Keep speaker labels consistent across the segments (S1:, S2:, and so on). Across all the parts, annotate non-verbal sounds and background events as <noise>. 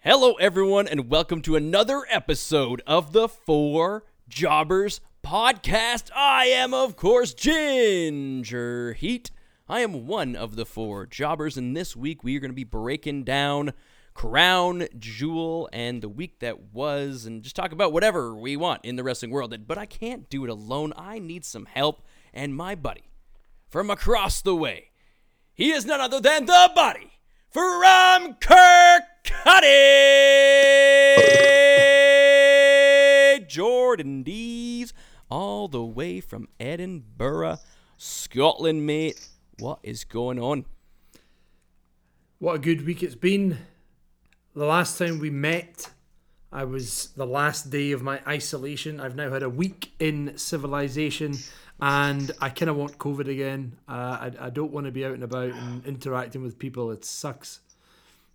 S1: Hello, everyone, and welcome to another episode of the Four Jobbers Podcast. I am, of course, Ginger Heat. I am one of the four jobbers, and this week we are going to be breaking down Crown Jewel and the week that was, and just talk about whatever we want in the wrestling world. But I can't do it alone. I need some help, and my buddy from across the way. He is none other than the body from Kirkcuddy, Jordan Dees, all the way from Edinburgh, Scotland, mate. What is going on?
S2: What a good week it's been. The last time we met, I was the last day of my isolation. I've now had a week in civilization and I kind of want COVID again. Uh, I, I don't want to be out and about and interacting with people. It sucks.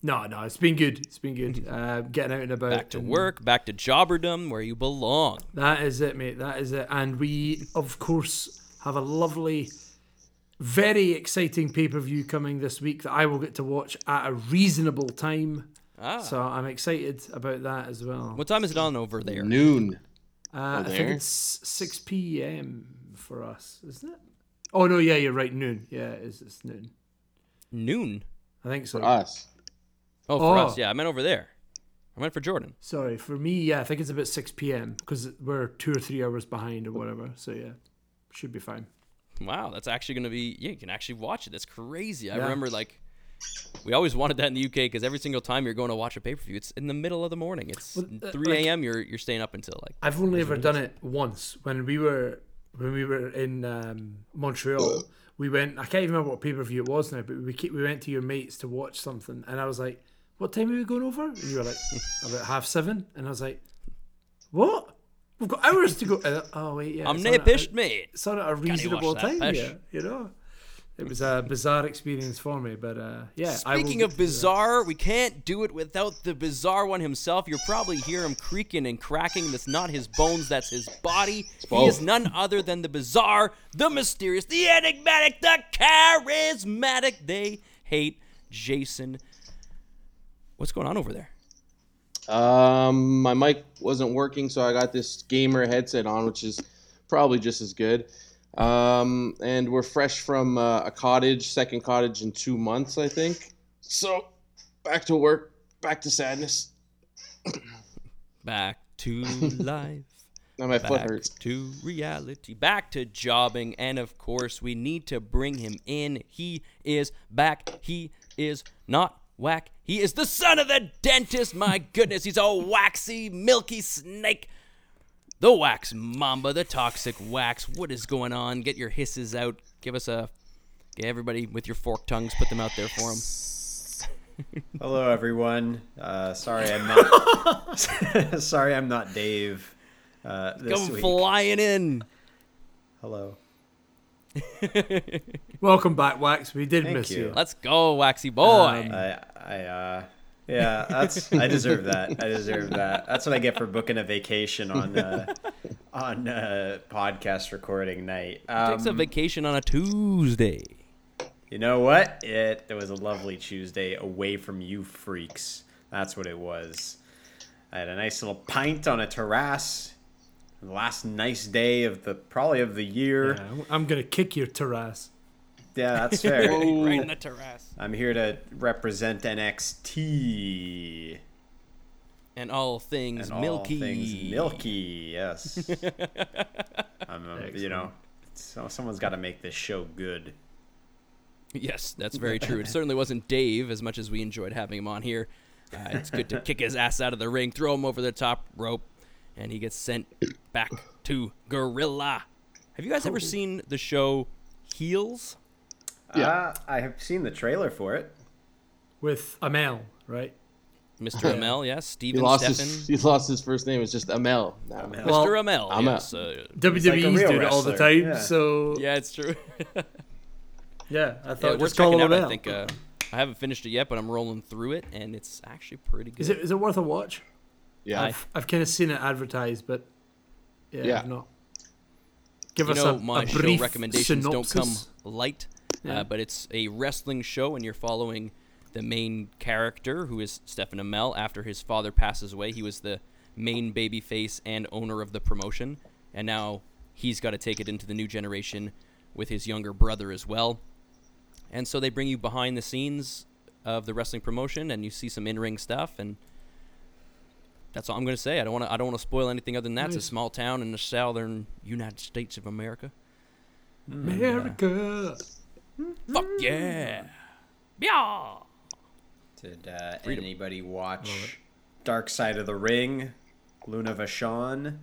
S2: No, no, it's been good. It's
S1: <laughs>
S2: been good. Uh, getting out and about.
S1: Back to
S2: and-
S1: work, back to jobberdom, where you belong.
S2: That is it, mate. That is it. And we, of course, have a lovely, very exciting pay per view coming this week that I will get to watch at a reasonable time. So I'm excited about that as well.
S1: What time is it on over there?
S3: Noon.
S2: Uh, I think
S3: there?
S2: it's 6 p.m. for us, isn't it? Oh, no, yeah, you're right. Noon. Yeah, it is. It's noon.
S1: Noon.
S2: I think so.
S3: Us.
S1: Oh, for
S2: Oh.
S1: us, yeah. I meant over there. I meant for Jordan.
S2: Sorry, for me, yeah, I think it's about 6 p.m. because we're two or three hours behind or whatever. So, yeah, should be fine.
S1: Wow, that's actually going to be. Yeah, you can actually watch it. That's crazy. I
S2: Yeah.
S1: remember like we always wanted that in the UK because every single time you're going to watch a pay per view, it's in the middle of the morning. It's
S2: uh,
S1: three
S2: like-
S1: a.m. you're you're staying up until like.
S2: I've only ever done it once when we were when we were in um, Montreal. We went. I can't even remember what pay per view it was now, but we ke- we went to your mates to watch something, and I was like, "What time are we going over?" And you
S4: <laughs>
S2: were like, "About half seven. and I was like, "What? We've got hours to go." And, oh wait, yeah.
S1: I'm
S2: it's on at a-
S1: napished, mate.
S2: It's on at a reasonable
S1: that,
S2: time.
S1: Pesh?
S2: Yeah, you know. It was a bizarre experience for me, but uh, yeah. I will
S1: Speaking
S2: get
S1: of
S2: to do that.
S1: bizarre, we can't do it without the bizarre one himself. You'll probably hear him creaking and cracking. That's not his bones, that's his body. He is
S3: both.
S1: none other than the bizarre, the mysterious, the enigmatic, the charismatic. They hate Jason. What's going on over there?
S3: Um, my mic wasn't working, so I got this gamer headset on, which is probably just as good. Um, and we're fresh from uh, a cottage, second cottage in two months, I think. So back to work, back to sadness.
S1: Back to life.
S3: Now my foot
S1: Back
S3: hurts.
S1: to reality. Back to jobbing. And of course, we need to bring him in. He is back. He is not whack. He is the son of the dentist. My goodness, he's a waxy, milky snake. The wax mamba, the toxic wax. What is going on? Get your hisses out. Give us a. Get everybody with your forked tongues. Put them out there for him.
S4: Hello, everyone. Uh, sorry, I'm not.
S1: <laughs>
S4: sorry, I'm not <laughs> Dave. Uh, this
S1: Come
S4: week.
S1: flying in.
S4: Hello.
S2: welcome back, Wax. We did
S4: Thank
S2: miss
S4: you.
S2: you.
S1: Let's go, waxy boy.
S4: I, I, uh, yeah, that's. I deserve that. I deserve that. That's what I get for booking a vacation on, uh, on uh, podcast recording night.
S1: Takes a
S4: Um,
S1: vacation on a Tuesday.
S4: you know what? It, it was a lovely Tuesday away from you freaks. That's what it was. I had a nice little pint on a terrace. The last nice day of the probably of the year.
S2: Yeah, I'm- I'm gonna kick your terrace.
S4: Yeah, that's <laughs> fair.
S1: Right in the terrace.
S4: I'm here to represent NXT
S1: and all things
S4: and all
S1: milky.
S4: things milky. Yes, <laughs> I'm, um, you know, so someone's got to make this show good.
S1: <laughs> Yes, that's very true.
S4: <laughs>
S1: It certainly wasn't Dave, as much as we enjoyed having him on here. Uh, it's good to kick his ass out of the ring, throw him over the top rope, and he gets sent back to Gorilla. Have you guys ever seen the show Heels?
S3: Yeah.
S4: Uh, I have seen the trailer for it.
S2: with Amel, right?
S1: Mr. Amel, yes. Steven
S3: He lost his.
S1: Steffen.
S3: He lost his first name. It's just Amel. now.
S4: Amel.
S2: Well,
S1: Mr. Amel,
S3: I'm a-
S1: yes. uh,
S2: WWE's
S4: like a real
S2: doing it all the
S4: wrestler,
S2: time,
S4: yeah.
S2: so yeah.
S1: yeah, it's true. <laughs>
S2: I thought
S1: yeah, we're
S2: just call
S1: checking
S2: him
S1: out,
S2: Amel.
S1: I think. Uh, I haven't finished it yet, but I'm rolling through it, and it's actually pretty good.
S2: is it is it worth a watch?
S3: Yeah.
S1: I-
S2: I've kind of seen it advertised, but yeah,
S3: Yeah.
S2: I've not. Give
S1: you
S2: us
S1: know
S2: a,
S1: my
S2: a
S1: show
S2: brief
S1: recommendations
S2: synopsis.
S1: don't come light,
S2: Yeah.
S1: uh, but it's a wrestling show, and you're following the main character, who is Stefan Amell. After his father passes away, he was the main babyface and owner of the promotion, and now he's got to take it into the new generation with his younger brother as well. And so they bring you behind the scenes of the wrestling promotion, and you see some in-ring stuff, and that's all I'm going to say. I don't want to. I don't want to spoil anything other than that. It's
S2: Nice.
S1: a small town in the southern United States of America.
S2: Mm. America.
S1: Fuck yeah, yeah.
S4: Did uh, anybody watch Dark Side of the Ring? Luna Vachon?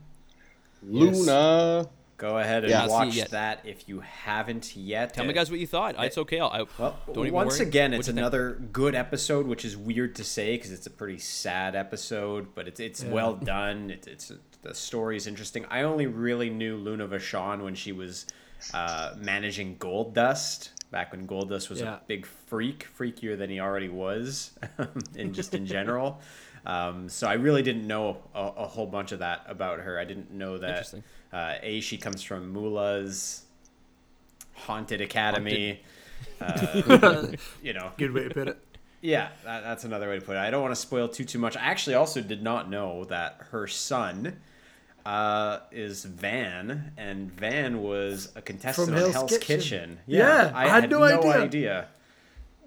S3: Luna.
S4: Go ahead and
S3: Yeah.
S1: Not seen it
S4: watch
S1: yet.
S4: that if you haven't yet.
S1: Tell me, guys, what you thought. It's okay. I'll, I
S4: Well,
S1: don't even
S4: once
S1: worry.
S4: again,
S1: What'd
S4: it's
S1: you think?
S4: another good episode, which is weird to say because it's a pretty sad episode, but it's
S1: <laughs>
S4: it's well done. It, it's the story's interesting. I only really knew Luna Vachon when she was uh, managing Gold Dust back when Gold Dust was
S2: Yeah.
S4: a big freak, freakier than he already was, <laughs> and just
S1: <laughs>
S4: in general. Um, so I really didn't know a, a whole bunch of that about her. I didn't know that
S1: Interesting.
S4: uh, a she comes from Moolah's Haunted Academy.
S1: <laughs>
S4: Uh, you know,
S2: Good way to put it.
S4: yeah, that, that's another way to put it. I don't want to spoil too too much. I actually also did not know that her son uh, is Van, and Van was a contestant
S2: From
S4: on
S2: Hell's
S4: Hell's Kitchen.
S2: Kitchen. Yeah, I had no idea.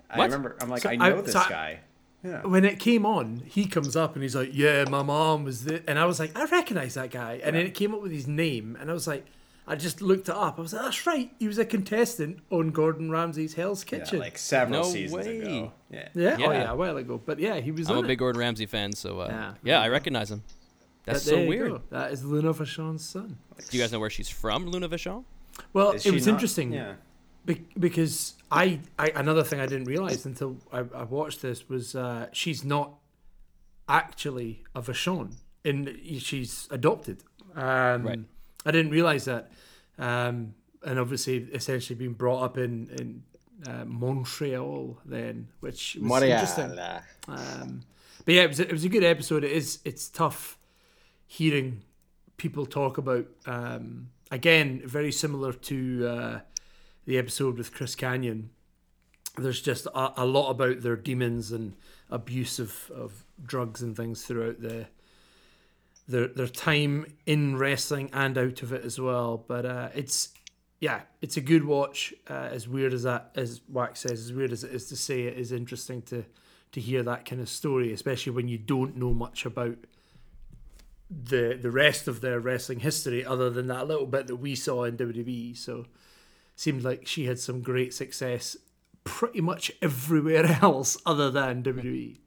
S4: I
S1: What?
S4: remember. I'm like,
S2: So
S4: I
S2: I-
S4: know this
S2: so I-
S4: guy. Yeah.
S2: When it came on, he comes up and he's like, "Yeah, my mom was the," and I was like, "I recognize that guy." And then it came up with his name, and I was like, "I just looked it up." I was like, "That's right, he was a contestant on Gordon Ramsay's Hell's
S4: Yeah,
S2: Kitchen." Yeah,
S4: like several
S1: No
S4: seasons
S1: way.
S4: ago. Yeah.
S2: oh
S1: Yeah.
S2: yeah, a while ago. But yeah, he was.
S1: I'm
S2: on
S1: a
S2: it.
S1: big Gordon Ramsay fan, so uh, yeah.
S2: Yeah.
S1: I recognize him. That's
S2: But
S1: so
S2: there you
S1: weird.
S2: go. That is Luna Vachon's son.
S1: Do you guys know where she's from, Luna Vachon?
S2: Well,
S4: Is
S2: it
S4: she
S2: was
S4: not-
S2: interesting.
S4: Yeah.
S2: Be- because I, I another thing I didn't realize until I, I watched this was uh, she's not actually a Vashon and she's adopted. Um,
S1: Right.
S2: I didn't realize that, um, and obviously essentially being brought up in in uh, Montreal then, which was interesting.
S3: Montreal.
S2: Um, but yeah, it was, a, it was a good episode. It is. It's tough hearing people talk about. Um, again, very similar to uh, the episode with Chris Canyon. There's just a, a lot about their demons and abuse of, of drugs and things throughout the their their time in wrestling and out of it as well. But uh, it's yeah, it's a good watch. Uh, as weird as that, as Wax says, as weird as it is to say, it is interesting to to hear that kind of story, especially when you don't know much about the the rest of their wrestling history, other than that little bit that we saw in WWE. So, seemed like she had some great success pretty much everywhere <laughs> else other than E. WWE.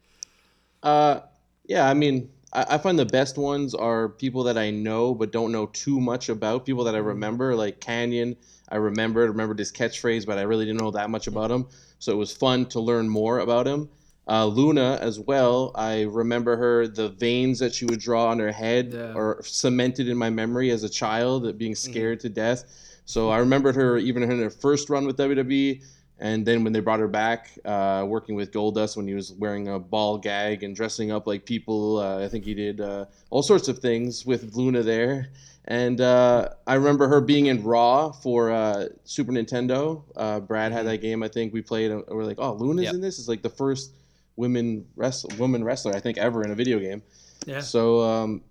S3: Uh, yeah, I mean, I, I find the best ones are people that I know but don't know too much about. People that I remember, like Canyon. I remembered, remembered his catchphrase, but I really didn't know that much about him. So it was fun to learn more about him. Uh, Luna as well. I remember her the veins that she would draw on her head
S2: Yeah.
S3: are cemented in my memory as a child, of being scared to death. So I remembered her even in her first run with E, WWE, and then when they brought her back, uh, working with Goldust when he was wearing a ball gag and dressing up like people. Uh, I think he did uh, all sorts of things with Luna there. And uh, I remember her being in Raw for uh, Super Nintendo. Uh, Brad had that game. I think we played. And we're like, oh, Luna's
S1: Yep.
S3: in this. It's like the first women wrestler, woman wrestler I think ever in a video game.
S2: Yeah.
S3: So, um,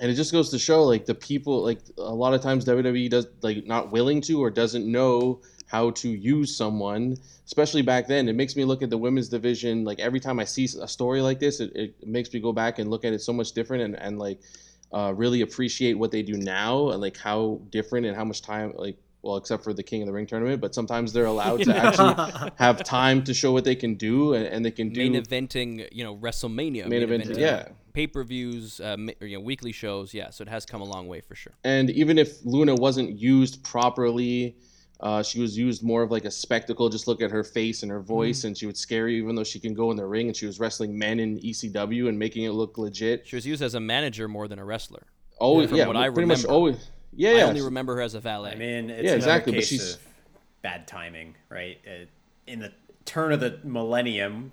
S3: and it just goes to show like the people, like a lot of times WWE does like not willing to or doesn't know how to use someone, especially back then. It makes me look at the women's division. Like every time I see a story like this, it, it makes me go back and look at it so much different and, and like uh, really appreciate what they do now and like how different and how much time like well except for the king of the ring tournament but sometimes they're allowed to actually have time to show what they can do and, and they can do
S1: Main eventing, you know, WrestleMania.
S3: Main event, yeah.
S1: Pay per views, uh, ma- or, you know, weekly shows. Yeah, so it has come a long way for sure.
S3: and even if Luna wasn't used properly, uh, she was used more of like a spectacle. Just look at her face
S1: Mm-hmm.
S3: and her voice, and she would scare you, even though she can go in the ring and she was wrestling men in ECW and making it look legit.
S1: She was used as a manager more than a wrestler.
S3: Always,
S1: From
S3: yeah,
S1: what I
S3: pretty much
S1: remember.
S3: always. Yeah, yeah.
S1: I only remember her as a valet.
S4: I mean, it's
S3: Yeah,
S4: another
S3: exactly, but
S4: case
S3: she's-
S4: of bad timing, right? Uh, in the turn of the millennium,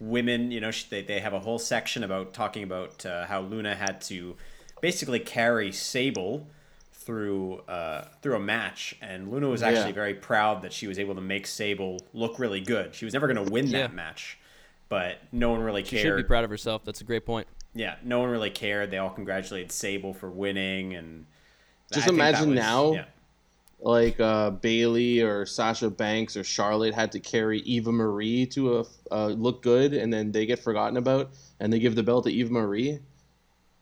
S4: women, you know, sh- they, they have a whole section about talking about uh, how Luna had to basically carry Sable through uh, through a match, and Luna was actually
S3: Yeah.
S4: very proud that she was able to make Sable look really good. She was never going to win
S1: Yeah.
S4: that match. but no one really
S1: She should be
S4: cared.
S1: proud of herself. That's a great point.
S4: yeah, no one really cared. They all congratulated Sable for winning, and
S3: Just
S4: I think that
S3: imagine
S4: was-
S3: now.
S4: yeah.
S3: like uh, Bailey or Sasha Banks or Charlotte had to carry Eva Marie to a uh, look good, and then they get forgotten about, and they give the belt to Eva Marie.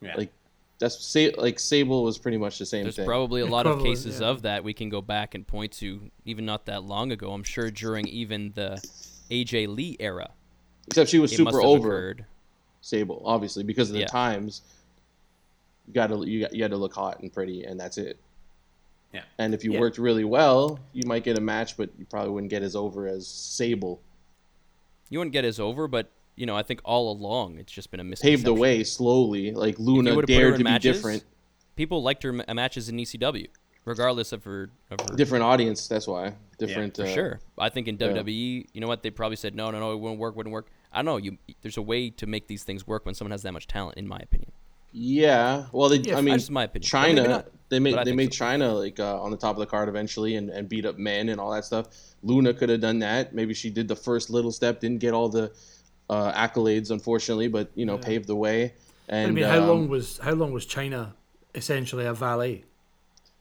S4: Yeah.
S3: Like that's Sa- like Sable was pretty much the same
S1: There's
S3: thing.
S1: probably a lot of
S2: Equivalent,
S1: cases
S2: yeah.
S1: of that we can go back and point to, even not that long ago. I'm sure during even the AJ Lee era,
S3: Except she was
S1: it must
S3: super
S1: have
S3: over
S1: occurred.
S3: Sable, obviously because of the
S1: Yeah.
S3: times. You got to you, got, you had to look hot and pretty, and that's it.
S4: Yeah.
S3: And if you
S4: Yeah.
S3: worked really well, you might get a match, but you probably wouldn't get as over as Sable.
S1: You wouldn't get as over, but you know, I think all along it's just been a misconception.
S3: Paved the way slowly, like
S1: If you
S3: Luna
S1: would've put her
S3: dared
S1: in
S3: to
S1: matches,
S3: be different,
S1: People liked her ma- uh, matches in ECW, regardless of her. Of her
S3: different audience. That's why different.
S1: for
S3: uh,
S1: sure. I think in WWE, you know what? They probably said no, no, no, it wouldn't work, wouldn't work. I don't know. You, there's a way to make these things work when someone has that much talent, in my opinion.
S3: Yeah. Well, they, I mean,
S1: that's my opinion. Or maybe
S3: China.
S1: not, but
S3: They
S1: I
S3: made they
S1: think
S3: made China like uh, on the top of the card eventually, and, and beat up men and all that stuff. Luna could have done that. Maybe she did the first little step, didn't get all the uh, accolades, unfortunately, but you know, paved the way. And
S2: I mean, how
S3: um,
S2: long was how long was China essentially a valet?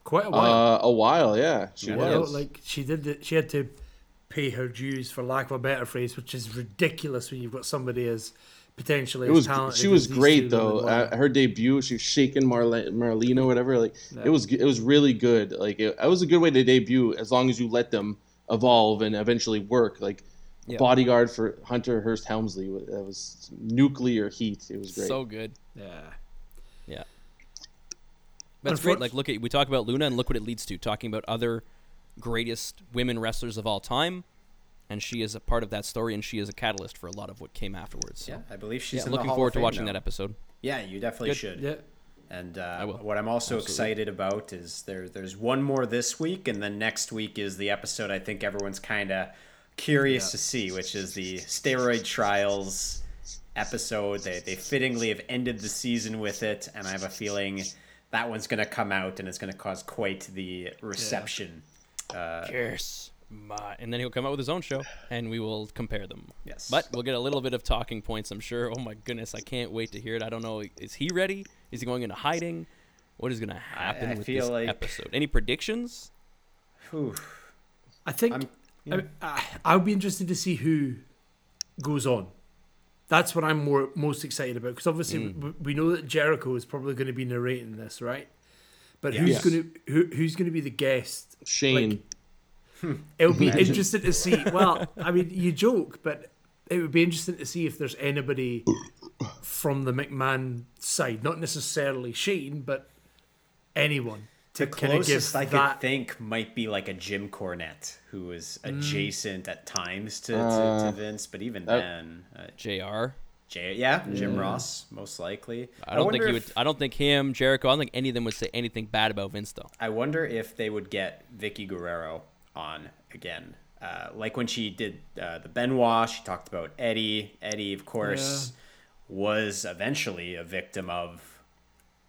S2: Quite a while.
S3: Uh, a while, yeah. She
S2: you know,
S3: was.
S2: like she did it. She had to pay her dues, for lack of a better phrase, which is ridiculous when you've got somebody as potentially
S3: it was.
S2: as talented.
S3: She was
S2: as these two
S3: great
S2: women
S3: though.
S2: were.
S3: Uh, her debut, she was shaking Marle- Marlena, whatever. Like it was. It was really good. Like it, it was a good way to debut, as long as you let them evolve and eventually work. Like
S1: Yeah.
S3: bodyguard for Hunter Hearst Helmsley. wa- That was nuclear heat. It was great.
S1: So good.
S2: yeah.
S1: Yeah. That's great.
S2: Unfortu-
S1: Like, look at we talk about Luna and look what it leads to. Talking about other greatest women wrestlers of all time, and she is a part of that story, and she is a catalyst for a lot of what came afterwards. So,
S4: Yeah, I believe she's
S1: yeah,
S4: in the
S1: looking
S4: Hall
S1: forward
S4: of
S1: to
S4: Fame,
S1: watching
S4: though.
S1: that episode.
S4: Yeah, you definitely
S1: Good.
S4: should.
S2: Yeah.
S4: And uh,
S1: will.
S4: what I'm also excited about is there. There's one more this week, and then next week is the episode I think everyone's kind of curious to see, which is the steroid trials episode. They they fittingly have ended the season with it, and I have a feeling that one's going to come out, and it's going to cause quite the reception. Uh,
S1: Yes. My, and then he'll come out with his own show, and we will compare them.
S4: Yes.
S1: But we'll get a little bit of talking points, I'm sure. Oh my goodness, I can't wait to hear it. I don't know. Is he ready? Is he going into hiding? What is going to happen
S4: I
S1: with
S4: feel
S1: this
S4: like-
S1: episode? Any predictions?
S4: Whew.
S2: I think I, I, I'll be interested to see who goes on. That's what I'm more most excited about because obviously
S3: Mm.
S2: we, we know that Jericho is probably going to be narrating this, right? But
S4: Yes.
S2: who's going to who, who's going to be the guest?
S3: Shane.
S2: Like- It'll be interesting to see. Well, I mean, you joke, but it would be interesting to see if there's anybody from the McMahon side, not necessarily Shane, but anyone
S4: The
S2: to kind of give
S4: closest I could
S2: that. Mm.
S4: think might be like a Jim Cornette, who was adjacent at times to, to,
S1: Uh,
S4: to Vince, but even then, uh,
S1: Jr.
S4: J- yeah, Jim Ross, most likely.
S1: I don't think
S4: wonder
S1: he would.
S4: if-
S1: I don't think him, Jericho. I don't think any of them would say anything bad about Vince, though.
S4: I wonder if they would get Vicky Guerrero on again. Uh, like when she did uh, the Benoit, she talked about Eddie. Eddie, of course, was eventually a victim of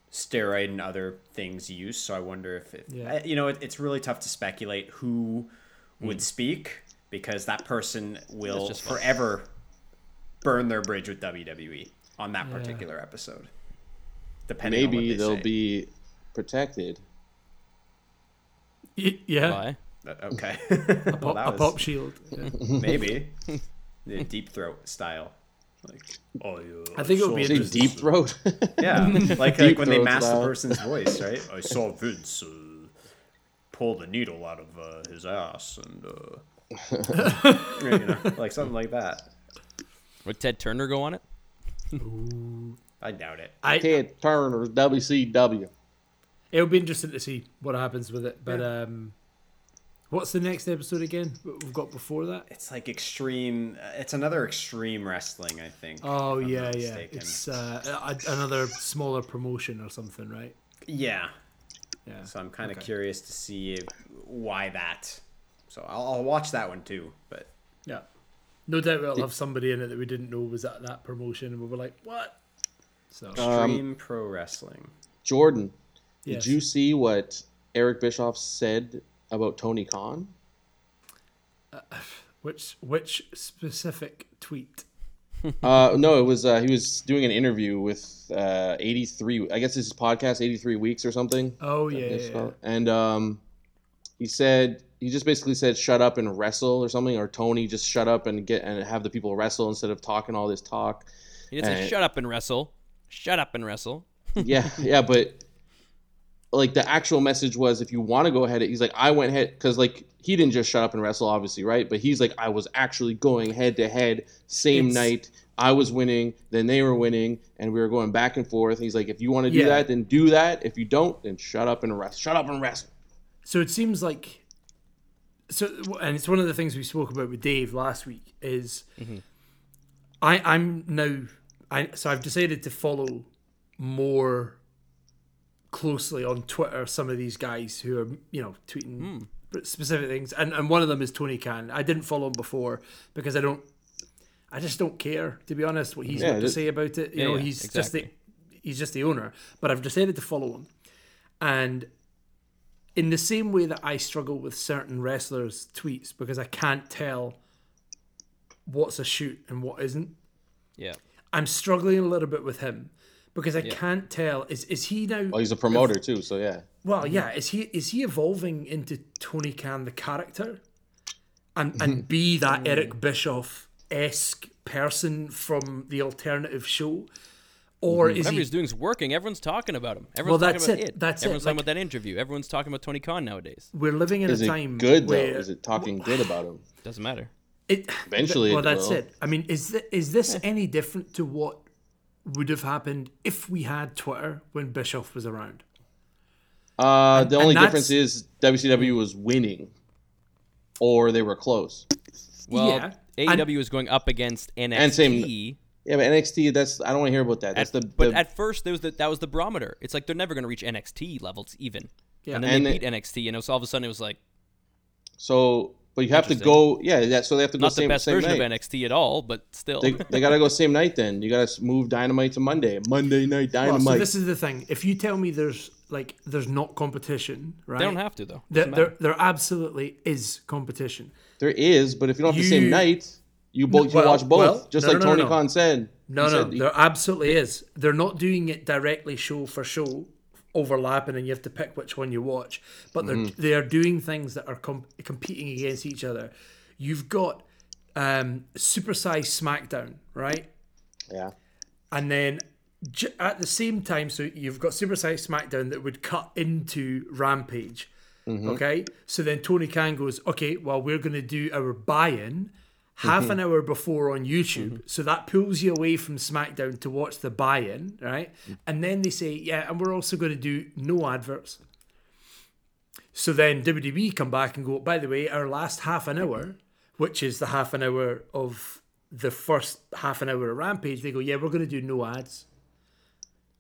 S4: steroid and other things used. So I wonder if, if
S2: Yeah.
S4: I- you know, it, it's really tough to speculate who
S2: Hmm.
S4: would speak because that person will
S1: just fun.
S4: forever burn their bridge with WWE on that particular episode. Depending on what
S3: Maybe
S4: they
S3: they'll
S4: say.
S3: be protected.
S2: Y- yeah,
S1: Why?
S4: Uh, okay. <laughs> Well, that
S2: a
S4: was-
S2: pop
S4: <laughs>
S2: shield. Yeah.
S3: <laughs>
S4: Maybe. the deep throat style. Like, oh, yeah,
S2: I think it would be
S3: Say
S2: interesting.
S3: deep throat. <laughs>
S4: Yeah, like, like
S3: Deep
S4: when they
S3: throat
S4: mask
S3: style.
S4: the person's voice, right?
S3: <laughs>
S4: I saw Vince uh, pull the needle out of uh, his ass and, uh,
S3: <laughs>
S4: you know, like something like that.
S1: Would Ted Turner go on it?
S4: I doubt it.
S2: I,
S3: Ted Turner's WCW.
S2: It'll be interesting to see what happens with it. But um, what's the next episode again? What we've got before that?
S4: It's like extreme. uh, It's another extreme wrestling, I think.
S2: Oh
S4: if I'm
S2: yeah,
S4: not
S2: yeah.
S4: mistaken.
S2: It's uh, a- another smaller promotion or something, right?
S4: yeah.
S2: Yeah.
S4: So I'm kind of curious to see if, why that. So I'll, I'll watch that one too. But
S2: Yeah. No doubt we'll have somebody in it that we didn't know was at that promotion, and we were like, "What?" So
S3: Um,
S4: extreme pro wrestling.
S3: Jordan.
S2: yes.
S3: Uh, Did you see what Eric Bischoff said about Tony Khan?
S2: which which specific tweet?
S3: uh, no, it was uh, he was doing an interview with uh, 83. I guess this is podcast 83 weeks or something.
S2: Oh yeah,
S3: If
S2: yeah, yeah.
S3: so. And um, he said he just basically said shut up and wrestle or something, or Tony just shut up and get and have the people wrestle instead of talking all this talk.
S1: He didn't say
S3: Alright.
S1: shut up and wrestle. Shut up and wrestle.
S3: yeah, yeah, but like the actual message was if you want to go ahead, he's like, I went head because like he didn't just shut up and wrestle, obviously, right? But he's like, I was actually going head to head, same
S2: It's-
S3: night. I was winning, then they were winning, and we were going back and forth. He's like, if you want to do
S2: Yeah.
S3: that, then do that. If you don't, then shut up and wrestle. Shut up and wrestle.
S2: So it seems like so, and it's one of the things we spoke about with Dave last week is I I'm now I so I've decided to follow more closely on Twitter some of these guys who are you know tweeting specific things, and and one of them is Tony Khan. I didn't follow him before because I don't. I just don't care, to be honest, what he's
S3: Yeah,
S2: got to
S3: just-
S2: say about it. You know,
S1: yeah,
S2: he's
S1: exactly.
S2: just the he's just the owner. But I've decided to follow him, and in the same way that I struggle with certain wrestlers' tweets because I can't tell what's a shoot and what isn't.
S1: Yeah.
S2: I'm struggling a little bit with him because I can't tell is is he now
S3: Well, he's a promoter too, so yeah.
S2: well yeah is he is he evolving into Tony Khan the character and
S3: <laughs>
S2: and be
S1: Mm.
S2: that Eric Bischoff esque person from the alternative show or is
S1: Whatever
S2: he
S1: Mm-hmm. he's doing is working. Everyone's talking about him. Everyone's
S2: Well,
S1: talking
S2: that's
S1: about
S2: it. That's it.
S1: Everyone's talking
S2: Like-
S1: about that interview. Everyone's talking about Tony Khan nowadays.
S2: we're living in
S3: Is
S2: a
S3: it
S2: time
S3: good though?
S2: where
S3: Is it talking good about him?
S1: Doesn't matter.
S2: It,
S3: Eventually
S2: well,
S3: it
S2: that's
S3: will.
S2: it. I mean, is th- is this any different to what would have happened if we had Twitter when Bischoff was around? <sighs>
S3: Uh, the
S2: and
S3: only
S2: that's-
S3: difference is WCW was winning, or they were close.
S1: Well,
S2: Yeah.
S1: AEW is going up against NXT.
S3: same- Yeah, but NXT, that's I don't want to hear about that. That's
S1: at-
S3: the,
S1: but
S3: the
S1: at first there was the, that was the barometer. It's like they're never going to reach NXT levels even.
S2: Yeah.
S1: And then
S3: And
S1: they
S3: it-
S1: beat NXT, and it was all of a sudden it was like
S3: so. But you have to go, yeah. That, so they have to go
S1: not the
S3: same
S1: best
S3: same
S1: version
S3: night.
S1: of NXT at all, but still.
S3: They, they gotta go same night. Then you gotta move Dynamite to Monday. Monday night
S2: Well,
S3: Dynamite.
S2: so this is the thing. If you tell me there's like there's not competition, right?
S1: They don't have to though.
S2: There,
S1: Doesn't matter.
S2: there, there absolutely is competition.
S3: there is, but if you don't have the same
S2: You-
S3: night, you both
S2: well,
S3: you watch both.
S2: well,
S3: just
S2: no,
S3: like
S2: no, no,
S3: Tony
S2: no.
S3: Khan said.
S2: No,
S3: He
S2: no,
S3: said he-
S2: there absolutely is. They're not doing it directly show for show, overlapping, and you have to pick which one you watch. But they're
S3: Mm-hmm.
S2: they are doing things that are com- competing against each other. You've got um, supersize SmackDown, right?
S3: yeah.
S2: And then j- at the same time, so you've got Supersize SmackDown that would cut into Rampage.
S3: Mm-hmm.
S2: Okay. So then Tony Khan goes, okay, well, we're going to do our buy in half
S3: Mm-hmm.
S2: an hour before on YouTube. So that pulls you away from SmackDown to watch the buy in, right?
S3: Mm-hmm.
S2: And then they say, yeah, and we're also going to do no adverts. So then WWE come back and go, by the way, our last half an hour, which is the half an hour of the first half an hour of Rampage, they go, yeah, we're going to do no ads.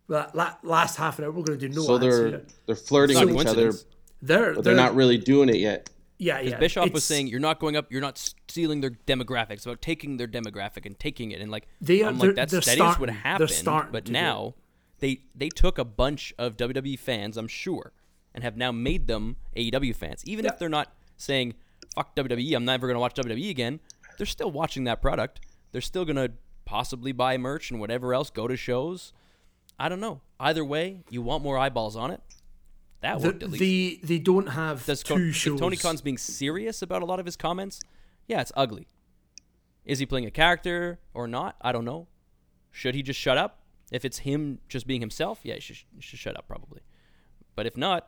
S2: That, that last half an hour, we're going to do no
S3: So
S2: ads.
S3: they're
S2: here.
S3: they're flirting
S1: It's not
S3: with each other,
S1: coincidence.
S2: They're,
S3: but they're not really doing it yet.
S2: Yeah, yeah.
S1: Bischoff was
S2: It's-
S1: saying you're not going up, you're not stealing their demographics, about taking their demographic and taking it, and like
S2: They are-
S1: I'm
S2: they're-
S1: like that's
S2: they're
S1: that is
S2: starting.
S1: what
S2: They're
S1: happened.
S2: starting
S1: but
S2: to do
S1: now they they took a bunch of WWE fans, I'm sure, and have now made them AEW fans, even if they're not saying fuck WWE, I'm never going to watch WWE again. They're still watching that product. They're still going to possibly buy merch and whatever else, go to shows. I don't know. Either way, you want more eyeballs on it. That
S2: the,
S1: worked at least.
S2: they, they don't have
S1: Does
S2: two
S1: Con- if
S2: shows.
S1: Tony Khan's being serious about a lot of his comments, yeah, it's ugly. Is he playing a character or not? I don't know. Should he just shut up? If it's him just being himself, yeah, he should, he should shut up probably. But if not,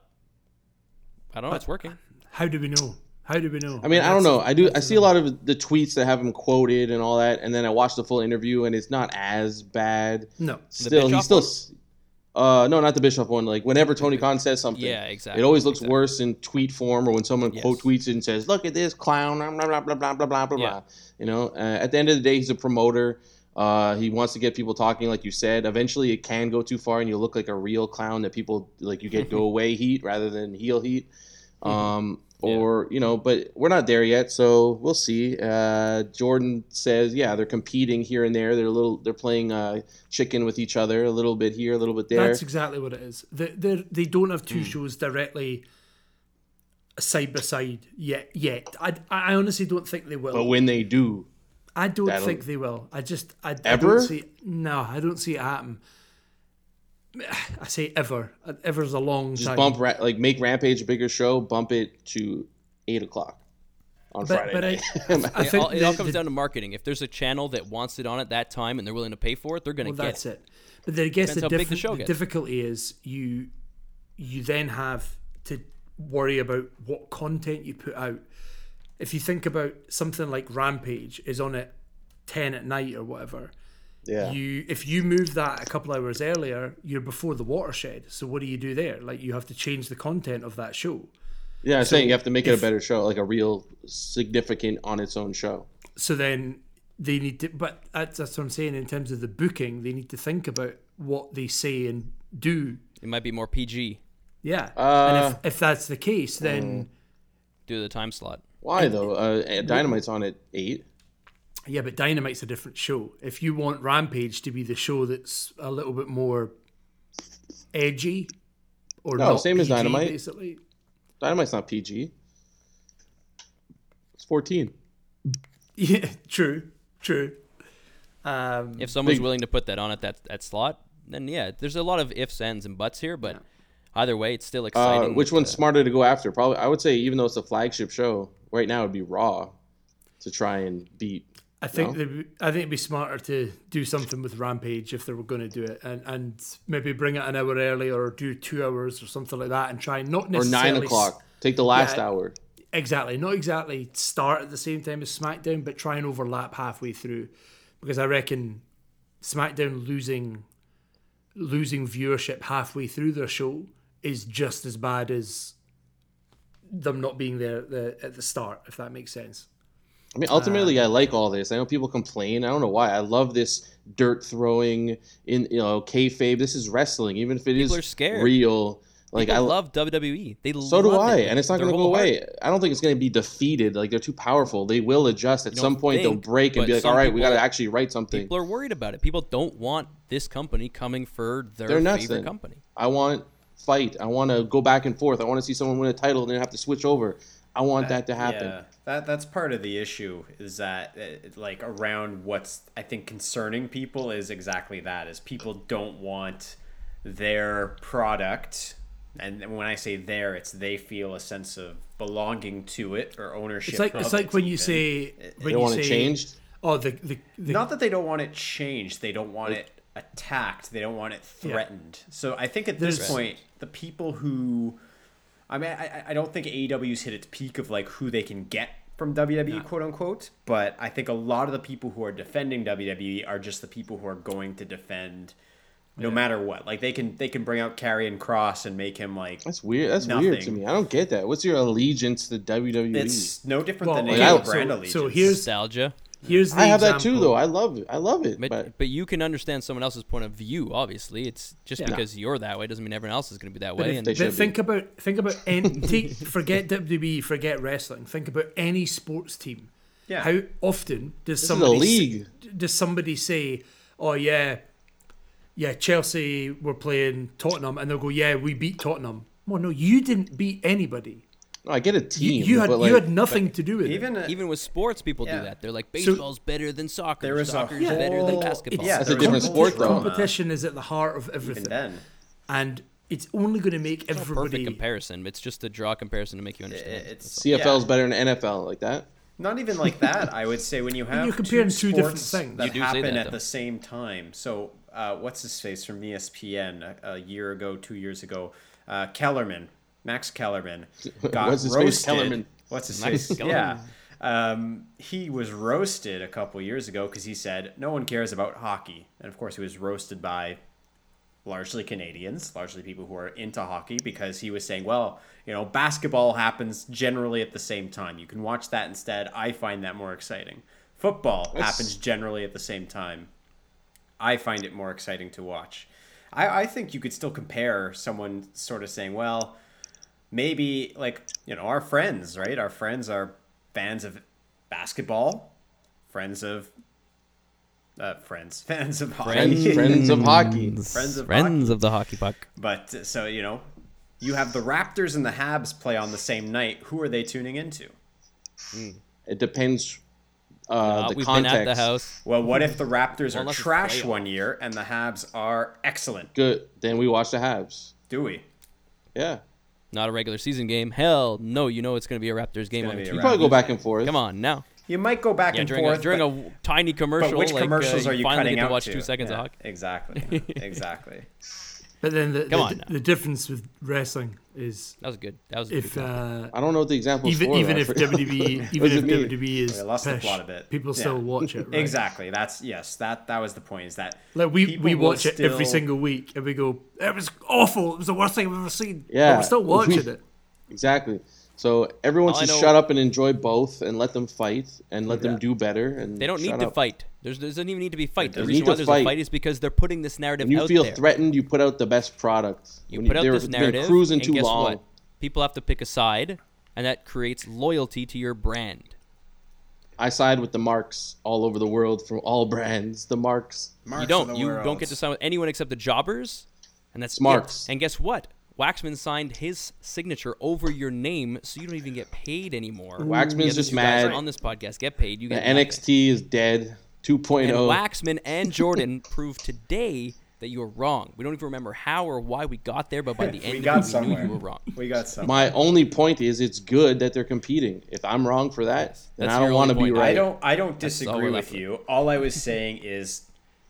S1: I don't know. It's working.
S2: How do we know? How do we know?
S3: I mean, I don't know. I do. I see a lot of the tweets that have him quoted and all that, and then I watch the full interview, and it's not as bad.
S2: No.
S3: Still,
S1: Bischoff
S3: he's still. s- Uh, no, not the Bischoff one. Like whenever Tony Khan says something,
S1: Yeah, exactly,
S3: It always looks
S1: exactly.
S3: worse in tweet form or when someone
S1: Yes.
S3: quote tweets it and says, "Look at this clown," blah blah blah blah blah blah blah.
S1: Yeah.
S3: blah. You know, uh, at the end of the day, he's a promoter. Uh, he wants to get people talking, like you said. Eventually, it can go too far, and you look like a real clown that people like. You get
S1: <laughs>
S3: go away heat rather than heel heat.
S1: Mm-hmm.
S3: Um, or you know, but we're not there yet, so we'll see. Uh, Jordan says, yeah, they're competing here and there. They're a little, they're playing uh, chicken with each other, a little bit here, a little bit there.
S2: That's exactly what it is. They they they don't have
S1: Hmm.
S2: two shows directly side by side yet. Yet I I honestly don't think they will.
S3: but when they do,
S2: I don't
S3: That'll-
S2: think they will. I just I, I
S3: Ever?
S2: don't see no, I don't see it happen. <sighs> I say ever. Ever's a long
S3: Just
S2: time.
S3: bump ra- like make Rampage a bigger show. Bump it to eight o'clock on
S2: but
S3: Friday.
S2: but I,
S3: night.
S1: <laughs>
S2: I
S1: It
S2: think
S1: all, it all
S2: the-
S1: comes
S2: the-
S1: down to marketing. If there's a channel that wants it on at that time and they're willing to pay for it, they're going to
S2: Well,
S1: get
S2: that's
S1: it.
S2: it. But then I guess the,
S1: Depends how big the
S2: diffi-
S1: show
S2: the
S1: gets.
S2: difficulty is you you then have to worry about what content you put out. If you think about something like Rampage is on at ten at night or whatever,
S3: yeah.
S2: you if you move that a couple hours earlier, you're before the watershed. So what do you do there? Like you have to change the content of that show.
S3: Yeah, I'm saying you have to make it a better show, like a real significant on its own show.
S2: so then they need to but that's, that's what i'm saying in terms of the booking they need to think about what they say and do
S1: It might be more PG
S2: yeah and
S3: Uh, mm.
S2: if, if that's the case then
S1: due to the time slot.
S3: Why though? Uh, Dynamite's on at eight.
S2: yeah but dynamite's a different show if you want rampage to be the show that's a little bit more edgy or
S3: No,
S2: not
S3: same as
S2: PG,
S3: Dynamite.
S2: basically <laughs>
S3: Dynamite's not PG. It's fourteen.
S2: yeah true true um
S1: If someone's
S3: Big-
S1: willing to put that on at that, that slot, then yeah, there's a lot of ifs, ands, and buts here, but either way, it's still
S3: Uh,
S1: exciting.
S3: which one's smarter to go after? Probably, I would say, even though it's a flagship show right now, it'd be Raw to try and beat.
S2: I think they they, I think it'd be smarter to do something with Rampage if they were going to do it, and and maybe bring it an hour early or do two hours or something like that, and try not
S3: Or
S2: necessarily
S3: nine
S2: s-
S3: o'clock. Take the last
S2: Yeah.
S3: hour.
S2: exactly, not exactly start at the same time as SmackDown, but try and overlap halfway through, because I reckon SmackDown losing losing viewership halfway through their show is just as bad as them not being there at the, at the start, if that makes sense.
S3: I mean, ultimately,
S1: Um,
S3: I like all this. I know people complain. I don't know why. I love this dirt throwing in, you know, kayfabe. This is wrestling, even if it is
S1: are scared.
S3: real. Like
S1: I
S3: I love.
S1: love WWE. They
S3: So do
S1: love
S3: I,
S1: it with
S3: and it's not
S1: their
S3: going to go
S1: whole heart.
S3: away. I don't think it's going to be defeated. Like they're too powerful. They will adjust at some point.
S1: think,
S3: they'll break
S1: but
S3: and be like,
S1: some
S3: "All right, we got to
S1: people-
S3: actually write something."
S1: People are worried about it. People don't want this company coming for their
S3: They're nuts.
S1: favorite
S3: then.
S1: company.
S3: I want fight. I want to go back and forth. I want to see someone win a title and then have to switch over. I want that, to happen.
S4: Yeah, that that's part of the issue is that uh, like around what's I think concerning people is exactly that is people don't want their product and when I say their it's they feel a sense of belonging to it or ownership.
S2: It's like
S4: of
S2: it's
S4: it
S2: like when you
S4: even.
S2: say when
S3: They
S2: you
S3: want
S2: say
S3: it changed.
S2: Oh, the the, the
S4: not that they don't want it changed they don't want it attacked they don't want it threatened so i think at this
S2: There's-
S4: point the people who i mean i, I- I don't think aew's hit its peak of like who they can get from WWE, quote unquote, but I think a lot of the people who are defending WWE are just the people who are going to defend, no matter what. Like they can they can bring out Karrion Cross and make him like
S3: That's weird. That's weird to
S4: Nothing.
S3: me. I don't get that. What's your allegiance to WWE?
S4: it's no different than
S2: well,
S4: any
S3: I-
S4: other
S2: okay,
S4: brand
S2: so,
S4: allegiance.
S2: so here's
S1: Nostalgia.
S2: here's the
S3: I have that too,
S2: example.
S3: though. I love it. I love it.
S1: But,
S3: But,
S1: but you can understand someone else's point of view. Obviously, it's just because you're that way doesn't mean everyone else is going to be that way.
S2: But,
S1: And
S3: they should be.
S2: think about think about any, <laughs> take, forget WWE, forget wrestling. Think about any sports team.
S4: Yeah.
S2: How often does
S3: a
S2: somebody s-
S3: league.
S2: does somebody say, "Oh yeah, yeah, Chelsea were playing Tottenham," and they'll go, "Yeah, we beat Tottenham." Well, no, you didn't beat anybody.
S3: no, I get a team.
S2: you had
S3: but like,
S2: you had nothing to do with it.
S4: even a-
S1: even with sports, people
S4: Yeah.
S1: do that. They're like, baseball's better than soccer.
S4: there is a
S1: Soccer's
S4: whole-
S1: better
S4: Yeah,
S1: than
S4: it's-
S1: basketball.
S4: yeah,
S3: That's a
S4: there is
S3: different sport, though.
S2: Competition is at the heart of
S4: even
S2: everything.
S4: then.
S2: and it's only going to make
S1: It's not a
S2: everybody
S1: perfect comparison. but It's just to draw a comparison to make you understand.
S4: It's
S3: CFL's
S4: yeah.
S3: better than NFL, like that.
S4: Not even like that. I would say when you
S2: <laughs>
S4: have
S2: you're comparing two different
S4: sports
S2: things.
S4: that
S2: You
S1: do say
S4: happen
S1: that,
S4: at
S1: though.
S4: the same time. So uh, what's his face from ESPN a, a year ago, two years ago? Uh, Kellerman, Max
S1: <laughs>
S4: Kellerman, got
S3: What's his face?
S4: roasted.
S3: Kellerman.
S4: What's his
S1: Max
S4: face?
S1: Kellerman.
S4: Yeah. Um, he was roasted a couple years ago because he said no one cares about hockey, and of course he was roasted by largely Canadians, largely people who are into hockey, because he was saying, well, you know, basketball happens generally at the same time. You can watch that instead. I find that more exciting. Football happens generally at the same time. I find it more exciting to watch. I, I think you could still compare someone sort of saying, well, maybe like, you know, our friends, right? Our friends are fans of basketball, friends of. Uh, friends, <laughs> fans of hockey,
S1: Friends.
S3: Friends, friends of hockey.
S4: friends of hockey.
S1: Friends of the hockey puck.
S4: But uh, so you know, you have the Raptors and the Habs play on the same night. Who are they tuning into?
S3: It depends. uh, the
S1: we've
S3: context.
S1: been at the house.
S4: Well, what
S1: <laughs>
S4: if the Raptors are
S1: Unless it's
S4: trash
S1: playoffs.
S4: one year and the Habs are excellent?
S3: Good. Then we watch the Habs.
S4: Do we?
S3: Yeah.
S1: Not a regular season game. Hell no, you know it's going to be a Raptors game
S4: gonna
S1: on
S4: be a
S1: Tuesday.
S3: We probably go back and forth.
S1: Come on now.
S4: You might go back
S1: Yeah,
S4: and
S1: during
S4: forth
S1: a, during
S4: but-
S1: a w- tiny commercial.
S4: But which
S1: like, uh,
S4: commercials are you
S1: finally
S4: cutting
S1: get to
S4: out
S1: watch
S4: to?
S1: two seconds
S4: Yeah,
S1: of hockey? <laughs>
S4: Exactly. exactly.
S2: But then the,
S1: Come on
S2: the,
S1: now.
S2: the difference with wrestling is
S1: That was good. That was a good.
S2: if
S1: topic.
S2: uh,
S3: I don't know what the example
S2: even
S3: for.
S2: even
S3: though.
S2: if
S3: I
S2: E
S3: forgot.
S2: WWE
S3: What
S2: even
S3: does
S2: if
S3: it mean?
S2: WWE is
S4: I lost the
S2: pish,
S4: plot a bit.
S2: people
S4: Yeah.
S2: still watch
S4: <laughs>
S2: it. Right?
S4: Exactly. That's yes. That that was the point. Is that
S2: Like we,
S4: people
S2: we
S4: will
S2: watch it every
S4: still-
S2: single week and we go, it was awful. It was the worst thing I've ever seen. but
S3: Yeah.
S2: we're
S3: <laughs>
S2: still watching it.
S3: <laughs> Exactly. So everyone
S1: All I
S3: should
S1: know-
S3: shut up and enjoy both, and let them fight, and let
S4: Yeah.
S3: them do better. And
S1: They don't
S3: shut
S1: need to
S3: up.
S1: fight. There's, there doesn't even need to be fight. The
S3: doesn't
S1: reason
S3: need
S1: why
S3: to
S1: there's a
S3: fight.
S1: fight is because they're putting this narrative
S3: When you
S1: out
S3: feel
S1: there.
S3: threatened, you put out the best product.
S1: You
S3: When
S1: put out
S3: they're-
S1: this narrative,
S3: They're cruising
S1: and
S3: too
S1: guess
S3: long.
S1: what? People have to pick a side, and that creates loyalty to your brand.
S3: I side with the marks all over the world from all <laughs> brands. The marks.
S4: Marks
S1: You
S4: of
S1: don't.
S4: the
S1: You
S4: world.
S1: don't get to sign with anyone except the jobbers, and that's it.
S3: Smarks.
S1: And guess what? Waxman signed his signature over your name, so you don't even get paid anymore.
S3: Waxman's
S1: The other
S3: just
S1: two guys
S3: mad.
S1: on this podcast. Get paid. You
S3: The
S1: get nothing.
S3: NXT is dead. 2.0.
S1: And Waxman
S3: <laughs>
S1: and Jordan proved today that you were wrong. We don't even remember how or why we got there, but by the end,
S4: <laughs> We
S1: of it,
S4: got
S1: we knew
S4: somewhere.
S1: you were wrong.
S4: We got somewhere.
S3: My only point is it's good that they're competing. If I'm wrong for that, then
S1: That's
S3: I don't
S1: your
S3: want to
S1: only
S3: be
S1: point.
S3: right.
S4: I don't. I don't
S1: all
S4: disagree
S1: we're
S4: with
S1: left with.
S4: you. All I was saying is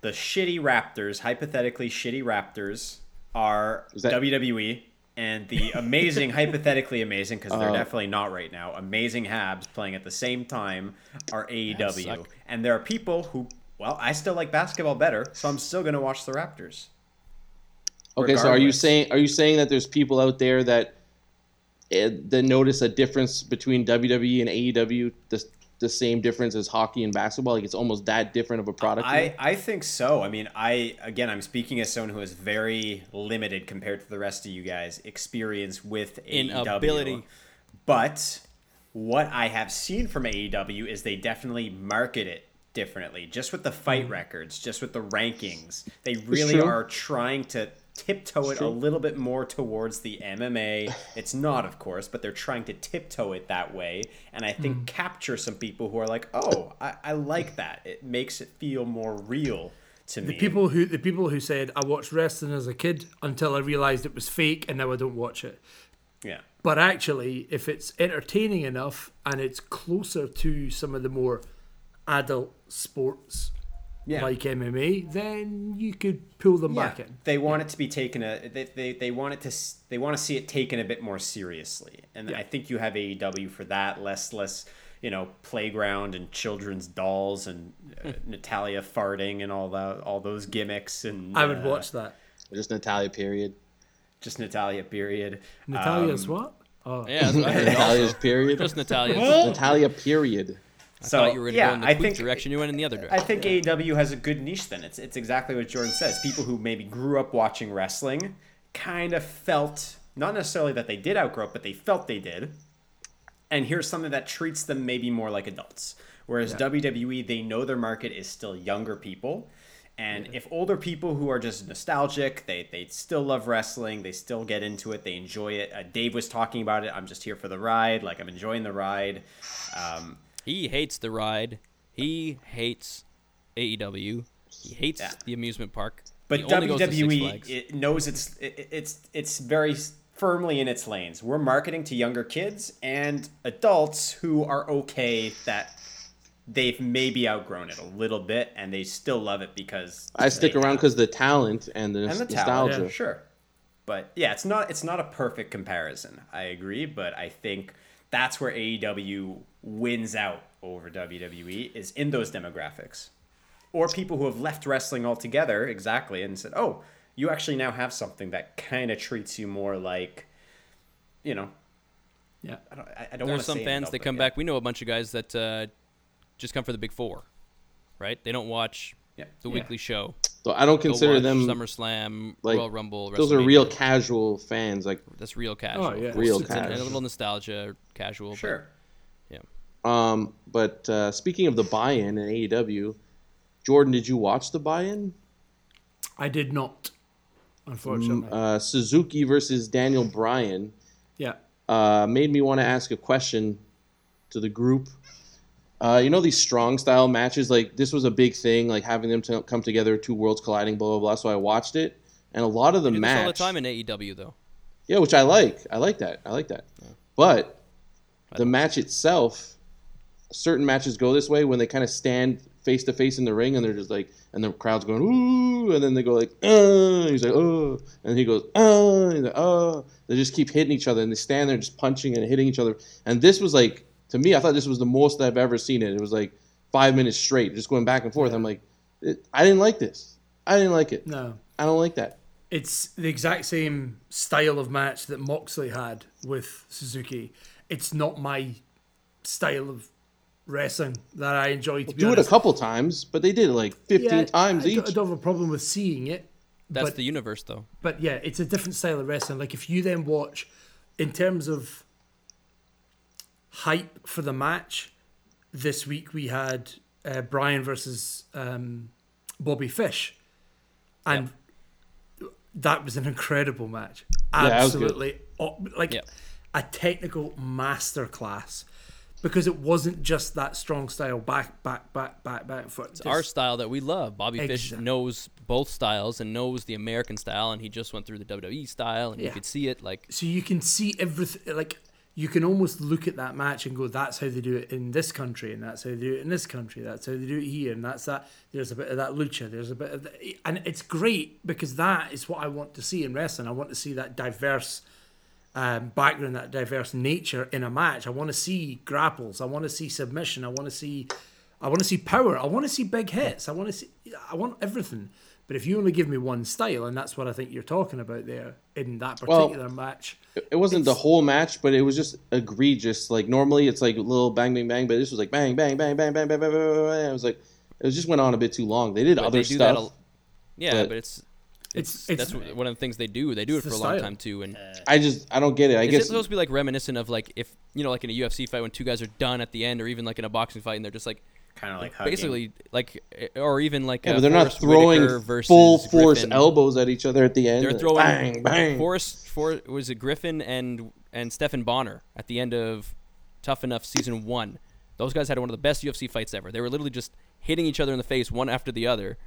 S4: the shitty Raptors, hypothetically shitty Raptors, are
S3: that-
S4: WWE, and the
S3: <laughs>
S4: amazing, hypothetically amazing, because
S3: Uh-huh.
S4: they're definitely not right now. Amazing Habs playing at the same time are AEW,
S1: suck.
S4: and there are people who. Well, I still like basketball better, so I'm still gonna watch the Raptors.
S3: okay, so are you
S4: regardless.
S3: saying are you saying that there's people out there that eh, that notice a difference between WWE and AEW, the the same difference as hockey and basketball? Like it's almost that different of a product.
S4: I, I think so. I mean, I again, I'm speaking as someone who is very limited compared to the rest of you guys experience with
S1: In
S4: AEW.
S1: ability.
S4: But what I have seen from AEW is they definitely market it differently, just with the fight
S2: Mm.
S4: records, just with the rankings. They really
S3: true.
S4: are trying to tiptoe it a little bit more towards the
S2: <sighs>
S4: MMA. It's not, of course, but they're trying to tiptoe it that way. And I
S2: Mm.
S4: think capture some people who are like, oh, I, I like that. It makes it feel more real to me.
S2: The people who the people who said I watched wrestling as a kid until I realized it was fake and now I don't watch it.
S4: yeah.
S2: But actually, if it's entertaining enough and it's closer to some of the more adult sports
S4: Yeah.
S2: like MMA, then you could pull them back in.
S4: They want it to be taken a they, they, they want it to s- they want to see it taken a bit more seriously. And I think you have AEW for that less less you know playground and children's dolls and uh,
S1: Hmm.
S4: Natalia farting and all that all those gimmicks and
S2: I would
S4: uh,
S2: watch that.
S3: Just Natalia period.
S4: just Natalia period. Um,
S2: Natalia's what? Oh,
S1: Yeah, that's what I heard.
S3: Natalia's period.
S1: Just Natalia.
S3: Natalia period.
S4: so
S1: thought you were going to
S4: yeah,
S1: go in the
S4: I
S1: quick
S4: think
S1: direction. You went in the other direction.
S4: I think AEW has a good niche. Then it's it's exactly what Jordan says. People who maybe grew up watching wrestling kind of felt not necessarily that they did outgrow it, but they felt they did. And here's something that treats them maybe more like adults. Whereas WWE, they know their market is still younger people. And if older people who are just nostalgic, they, they still love wrestling, they still get into it, they enjoy it. Uh, Dave was talking about it. I'm just here for the ride. Like, I'm enjoying the ride. Um,
S1: He hates the ride. He hates AEW. He hates the amusement park.
S4: But E
S1: he only goes to Six
S4: WWE
S1: Flags.
S4: it knows it's it, it's it's very s- firmly in its lanes. We're marketing to younger kids and adults who are okay that they've maybe outgrown it a little bit and they still love it because
S3: I stick
S4: they-
S3: around because the talent and the,
S4: and the
S3: nostalgia.
S4: nostalgia, sure. But yeah, it's not it's not a perfect comparison. I agree, but I think that's where AEW wins out over WWE is in those demographics, or people who have left wrestling altogether, exactly, and said, "Oh, you actually now have something that kind of treats you more like, you know."
S2: Yeah.
S4: I don't, I I don't want
S1: There's
S4: to
S1: some
S4: say
S1: fans
S4: adult,
S1: that
S4: but
S1: come
S4: yeah.
S1: back. We know a bunch of guys that uh, just come for the Big Four, right? They don't watch
S4: Yeah.
S1: the
S4: Yeah.
S1: weekly show.
S3: So I don't
S1: They'll
S3: consider
S1: watch
S3: them
S1: SummerSlam,
S3: like
S1: Royal Rumble.
S3: those are real
S1: WrestleMania.
S3: casual fans. Like
S1: That's real casual.
S2: Oh, yeah.
S3: Real
S2: It's- it's-
S1: And a
S3: casual.
S1: little nostalgia, casual. but-
S4: Sure.
S1: yeah.
S3: Um, but uh, speaking of the buy-in in AEW, Jordan, did you watch the buy-in?
S2: I did not, unfortunately.
S3: Uh, Suzuki versus Daniel Bryan
S2: yeah.
S3: uh, made me want to ask a question to the group. Uh, you know these strong style matches, like this was a big thing, like having them to come together, two worlds colliding, blah blah blah. So I watched it, and a lot of the
S1: Do this all the
S3: match,
S1: time in AEW though.
S3: yeah, which I like. I like that. I like that. But the match itself, certain matches go this way when they kind of stand face to face in the ring and they're just like, and the crowd's going ooh, and then they go like, uh, he's like, oh, and he goes, uh, he's like, uh. They just keep hitting each other and they stand there just punching and hitting each other. And this was like, to me, I thought this was the most I've ever seen it. It was like five minutes straight, just going back and forth. I'm like, it, I didn't like this. I didn't like it.
S2: No.
S3: I don't like that.
S2: It's the exact same style of match that Moxley had with Suzuki. It's not my style of wrestling that I enjoy. To be
S3: Do it a
S2: honest.
S3: couple times, but they did it like 15
S2: Yeah,
S3: times
S2: I
S3: each.
S2: don't- I don't have a problem with seeing it.
S1: That's
S2: but
S1: the universe though.
S2: but yeah, it's a different style of wrestling. Like if you then watch, in terms of hype for the match, this week we had uh, Brian versus um, Bobby Fish, and that was an incredible match.
S3: that was good.
S2: Absolutely, au- like
S1: Yep.
S2: a technical masterclass. Because it wasn't just that strong style back, back, back, back, back foot. It's
S1: Our style that we love. Bobby Fish
S2: Exact-
S1: knows both styles and knows the American style, and he just went through the WWE style, and you
S2: Yeah.
S1: could see it. Like
S2: so you can see everything like you can almost look at that match and go that's how they do it in this country and that's how they do it in this country that's how they do it here and that's that there's a bit of that lucha there's a bit of the, and it's great because that is what i want to see in wrestling i want to see that diverse um, background that diverse nature in a match i want to see grapples i want to see submission i want to see i want to see power i want to see big hits i want to see i want everything but if you only give me one style and that's what i think you're talking about there in that
S3: Well,
S2: particular match
S3: it wasn't the whole match, but it was just egregious. Like normally it's like little bang bang bang, but this was like bang bang bang bang bang bang bang. bang, bang, bang. It was like it was just went on a bit too long. They did
S1: but
S3: other
S1: they do that.
S3: stuff.
S1: A, yeah,
S3: but-
S1: but, it's. It's,
S2: it's-
S1: that's one of the things they do. They do it
S2: the
S1: for a long
S2: style.
S1: time too, and
S3: I just I don't get it. I
S1: Is it
S3: guess
S1: supposed to be like reminiscent of like if you know like in a UFC fight when two guys are done at the end, or even like in a boxing fight and they're just like
S4: Kind of like hugging.
S1: basically like or even like
S3: yeah,
S1: uh,
S3: but they're not
S1: Forrest
S3: throwing
S1: Whitaker versus
S3: full force
S1: Griffin.
S3: elbows at each other at the end.
S1: They're
S3: Like,
S1: throwing
S3: bang bang.
S1: Forrest for was it Griffin and and Stefan Bonner at the end of Tough Enough season one. Those guys had one of the best UFC fights ever. They were literally just hitting each other in the face one after the other.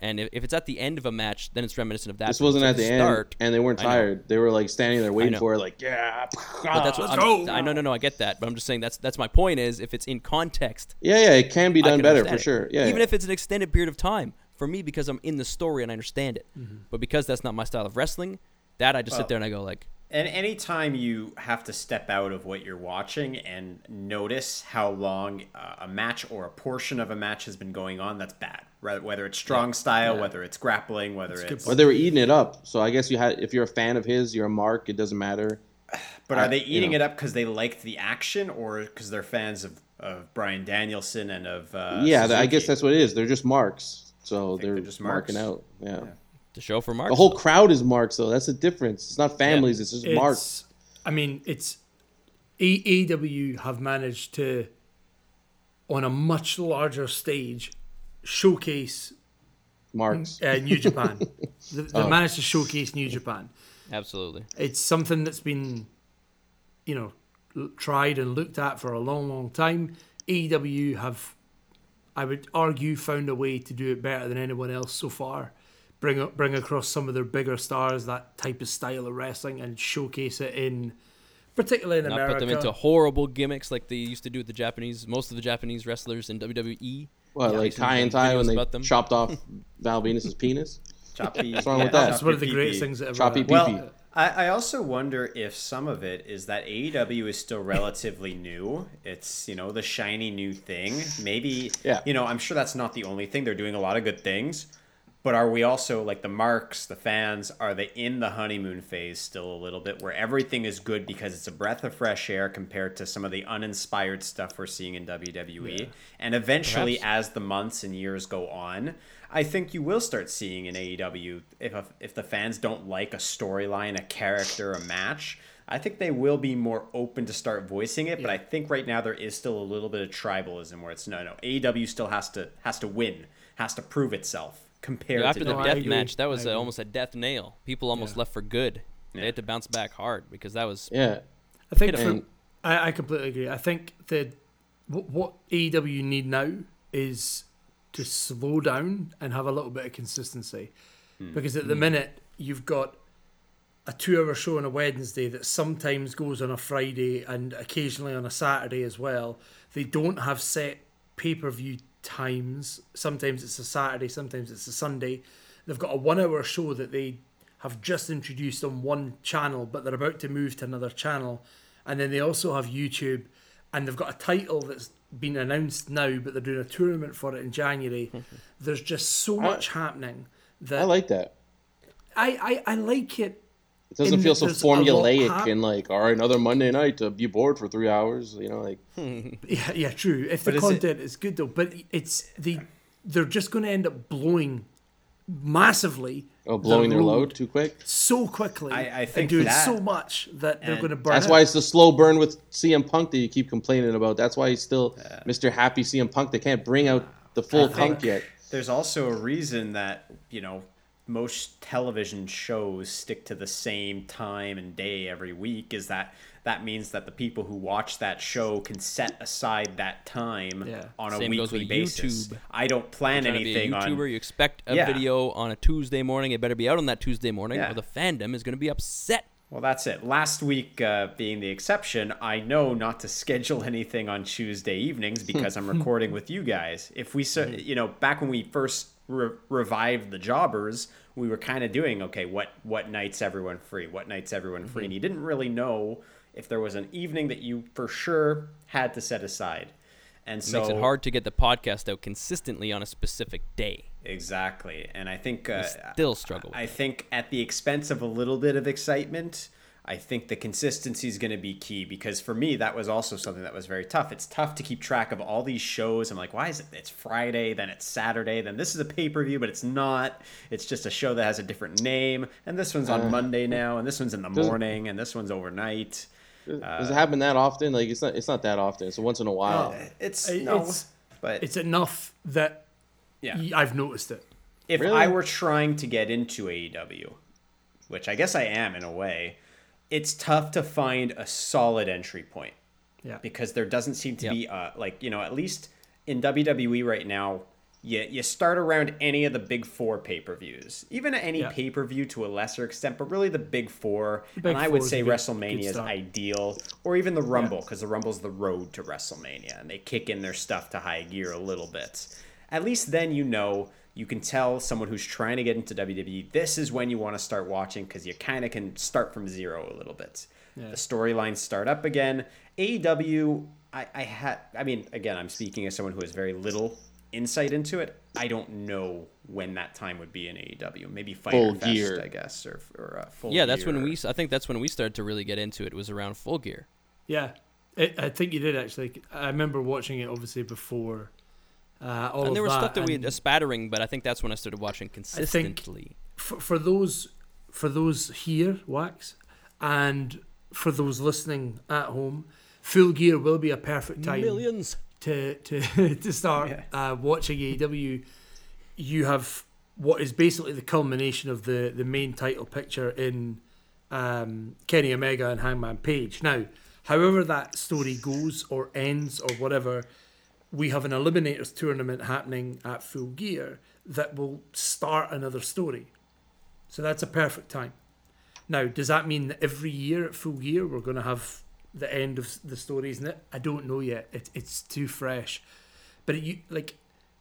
S1: And if, if it's at the end of a match, then it's reminiscent of that.
S3: This
S1: But if
S3: wasn't at the end,
S1: start,
S3: and they weren't
S1: I know.
S3: tired. They were like standing there waiting
S1: know.
S3: for it, like yeah.
S1: But that's what
S2: Ah, Let's
S1: I'm,
S2: go.
S1: I no no no I get that, but I'm just saying that's that's my point is if it's in context,
S3: Yeah, yeah, it can be
S1: I
S3: done
S1: can
S3: better for
S1: understand it.
S3: sure. Yeah,
S1: even
S3: yeah.
S1: if it's an extended period of time for me because I'm in the story and I understand it.
S2: Mm-hmm.
S1: But because that's not my style of wrestling, that I just sit there and I go like,
S4: And anytime you have to step out of what you're watching and notice how long uh, a match or a portion of a match has been going on, that's bad. Right? Whether it's strong style, whether it's grappling, whether
S2: good
S4: it's.
S3: Or
S2: point.
S3: they were eating it up. So I guess you had if you're a fan of his, you're a mark. It doesn't matter.
S4: But are they
S3: you
S4: eating
S3: know.
S4: it up because they liked the action or because they're fans of, of Brian Danielson and of. Uh,
S3: yeah, th- I
S4: Suzuki?
S3: guess that's what it is. They're just marks, so they're,
S4: they're just
S3: marking
S4: marks.
S3: out. Yeah.
S1: the show for Mark.
S3: the whole crowd is marks though. That's the difference. It's not families. It's just marks.
S2: It's- I mean, it's AEW have managed to, on a much larger stage, showcase
S3: Marks.
S2: uh, New Japan. they they managed to showcase New Japan.
S1: absolutely.
S2: It's something that's been, you know, l- tried and looked at for a long, long time. AEW have, I would argue, found a way to do it better than anyone else so far. Bring up, bring across some of their bigger stars, that type of style of wrestling, and showcase it in, particularly in
S1: Not
S2: America.
S1: put them into horrible gimmicks like they used to do with the Japanese, most of the Japanese wrestlers in E. WWE.
S3: What, like
S1: Jason
S3: tie and
S1: videos
S3: tie when
S1: about them.
S3: they chopped
S4: <laughs>
S3: off Val Venus's penis?
S4: Choppy, What's
S3: wrong with that?
S2: That's one of the greatest things that ever.
S3: Choppy
S2: happened.
S3: pee-
S4: Well, I, I also wonder if some of it is that AEW is still relatively new. It's, you know, the shiny new thing. Maybe,
S3: Yeah.
S4: you know, I'm sure that's not the only thing. They're doing a lot of good things. But are we also, like the marks, the fans, are they in the honeymoon phase still a little bit where everything is good because it's a breath of fresh air compared to some of the uninspired stuff we're seeing in WWE? And eventually, as the months and years go on, I think you will start seeing in AEW if a, if the fans don't like a storyline, a character, a match. I think they will be more open to start voicing it, but I think right now there is still a little bit of tribalism where it's no, no. AEW still has to has to win, has to prove itself compared
S1: After
S4: to
S1: the
S4: WWE.
S2: I
S1: death
S2: agree.
S1: match, that was
S2: I
S1: uh,
S2: agree.
S1: almost a death nail. People almost left for good. They had to bounce back hard because that was
S3: Yeah.
S2: I think
S1: Hit
S2: for,
S1: him.
S2: I, I completely agree. I think the What, what AEW need now is to slow down and have a little bit of consistency. Because
S3: Hmm.
S2: at the minute, you've got a two hour show on a Wednesday that sometimes goes on a Friday and occasionally on a Saturday as well. They don't have set pay per view times. Sometimes it's a Saturday, sometimes it's a Sunday. They've got a one hour show that they have just introduced on one channel, but they're about to move to another channel. And then they also have YouTube, and they've got a title that's been announced now, but they're doing a tournament for it in
S3: <laughs>
S2: January. There's just so much happening that
S3: I like that.
S2: I, I, I like it
S3: It doesn't
S2: And
S3: feel so
S2: there's a lot
S3: formulaic
S2: hap-
S3: and like, all right, another Monday night to be bored for three hours. You know,
S4: <laughs>
S3: like
S2: Yeah, yeah, true. If
S4: But
S2: the
S4: is it-
S2: content is good though, but it's the they're just going to end up blowing massively.
S3: oh, blowing
S2: the
S3: their
S2: load
S3: load too quick.
S2: so quickly.
S4: I- I
S2: and
S4: think
S2: doing
S4: that-
S2: so much that they're
S4: and
S2: going to burn.
S3: That's
S2: out.
S3: why it's the slow burn with CM Punk that you keep complaining about. That's why he's still Mr. Happy CM Punk. They can't bring out the full Punk yet.
S4: There's also a reason that, you know, most television shows stick to the same time and day every week is that that means that the people who watch that show can set aside that time
S2: Yeah.
S4: on a
S1: Same goes
S4: weekly
S1: with
S4: basis.
S1: YouTube.
S4: I don't plan
S1: Trying to be a
S4: anything
S1: YouTuber,
S4: on
S1: you expect a
S4: Yeah.
S1: video on a Tuesday morning. It better be out on that Tuesday morning,
S4: Yeah.
S1: or the fandom is going to be upset.
S4: Well, that's it. Last week uh, being the exception, I know not to <laughs> schedule anything on Tuesday
S1: <laughs>
S4: evenings because I'm recording with you guys. If we, ser-
S1: Mm.
S4: you know, back when we first re- revived the jobbers, we were kind of doing okay. What what nights everyone free? What nights everyone
S1: Mm-hmm.
S4: free? And you didn't really know if there was an evening that you for sure had to set aside. And so
S1: Makes it hard to get the podcast out consistently on a specific day.
S4: Exactly, and I think uh,
S1: still struggle with
S4: I think at the expense of a little bit of excitement, I think the consistency is going to be key because for me that was also something that was very tough. It's tough to keep track of all these shows. I'm like, why is it? It's Friday, then it's Saturday, then this is a pay per view, but it's not. It's just a show that has a different name, and this one's on
S2: Uh,
S4: Monday now, and this one's in the morning, and this one's overnight.
S3: Does it
S1: Uh,
S3: happen that often? Like it's not. It's not that often. It's once in a while.
S2: No.
S4: It's
S2: I-
S4: no,
S2: it's-
S4: but
S2: It's enough that
S4: yeah.
S2: y- I've noticed it.
S4: if
S3: Really?
S4: I were trying to get into AEW, which I guess I am in a way, it's tough to find a solid entry point
S2: Yeah,
S4: because there doesn't seem to
S1: Yep.
S4: be uh like you know at least in WWE right now. You, you start around any of the big four pay per views, even any
S2: Yeah.
S4: pay per view to a lesser extent, but really the big four.
S2: big
S4: and I
S2: four
S4: would
S2: is a
S4: say
S2: good- good
S4: WrestleMania is
S2: start.
S4: ideal, or even the Rumble, because the Rumble's the road to WrestleMania, and they kick in their stuff to high gear a little bit. At least then you know you can tell someone who's trying to get into WWE this is when you want to start watching because you kind of can start from zero a little bit. The storylines start up again. AEW, I, I had, I mean, again, I'm speaking as someone who has very little insight into it. I don't know when that time would be in AEW. Maybe Fighter
S3: Full
S4: Fest,
S3: Gear.
S4: I guess, or, or uh, full.
S1: Yeah, that's when
S4: Gear.
S1: we. I think that's when we started to really get into it. Was around Full Gear.
S2: yeah. I I think you did actually. I remember watching it obviously before. Uh, all
S1: and there
S2: of
S1: was
S2: that,
S1: stuff that we
S2: and-
S1: had a spattering, but I think that's when I started watching consistently.
S2: for, for those for those here wax and for those listening at home full gear will be a perfect time
S1: Millions.
S2: to to, <laughs> to start uh, watching AEW you have what is basically the culmination of the the main title picture in um, Kenny Omega and Hangman Page now however that story goes or ends or whatever we have an eliminators tournament happening at full gear that will start another story so that's a perfect time. Now, does that mean that every year at full year we're going to have the end of s- the story, isn't it? I don't know yet. It, it's too fresh. But it, you like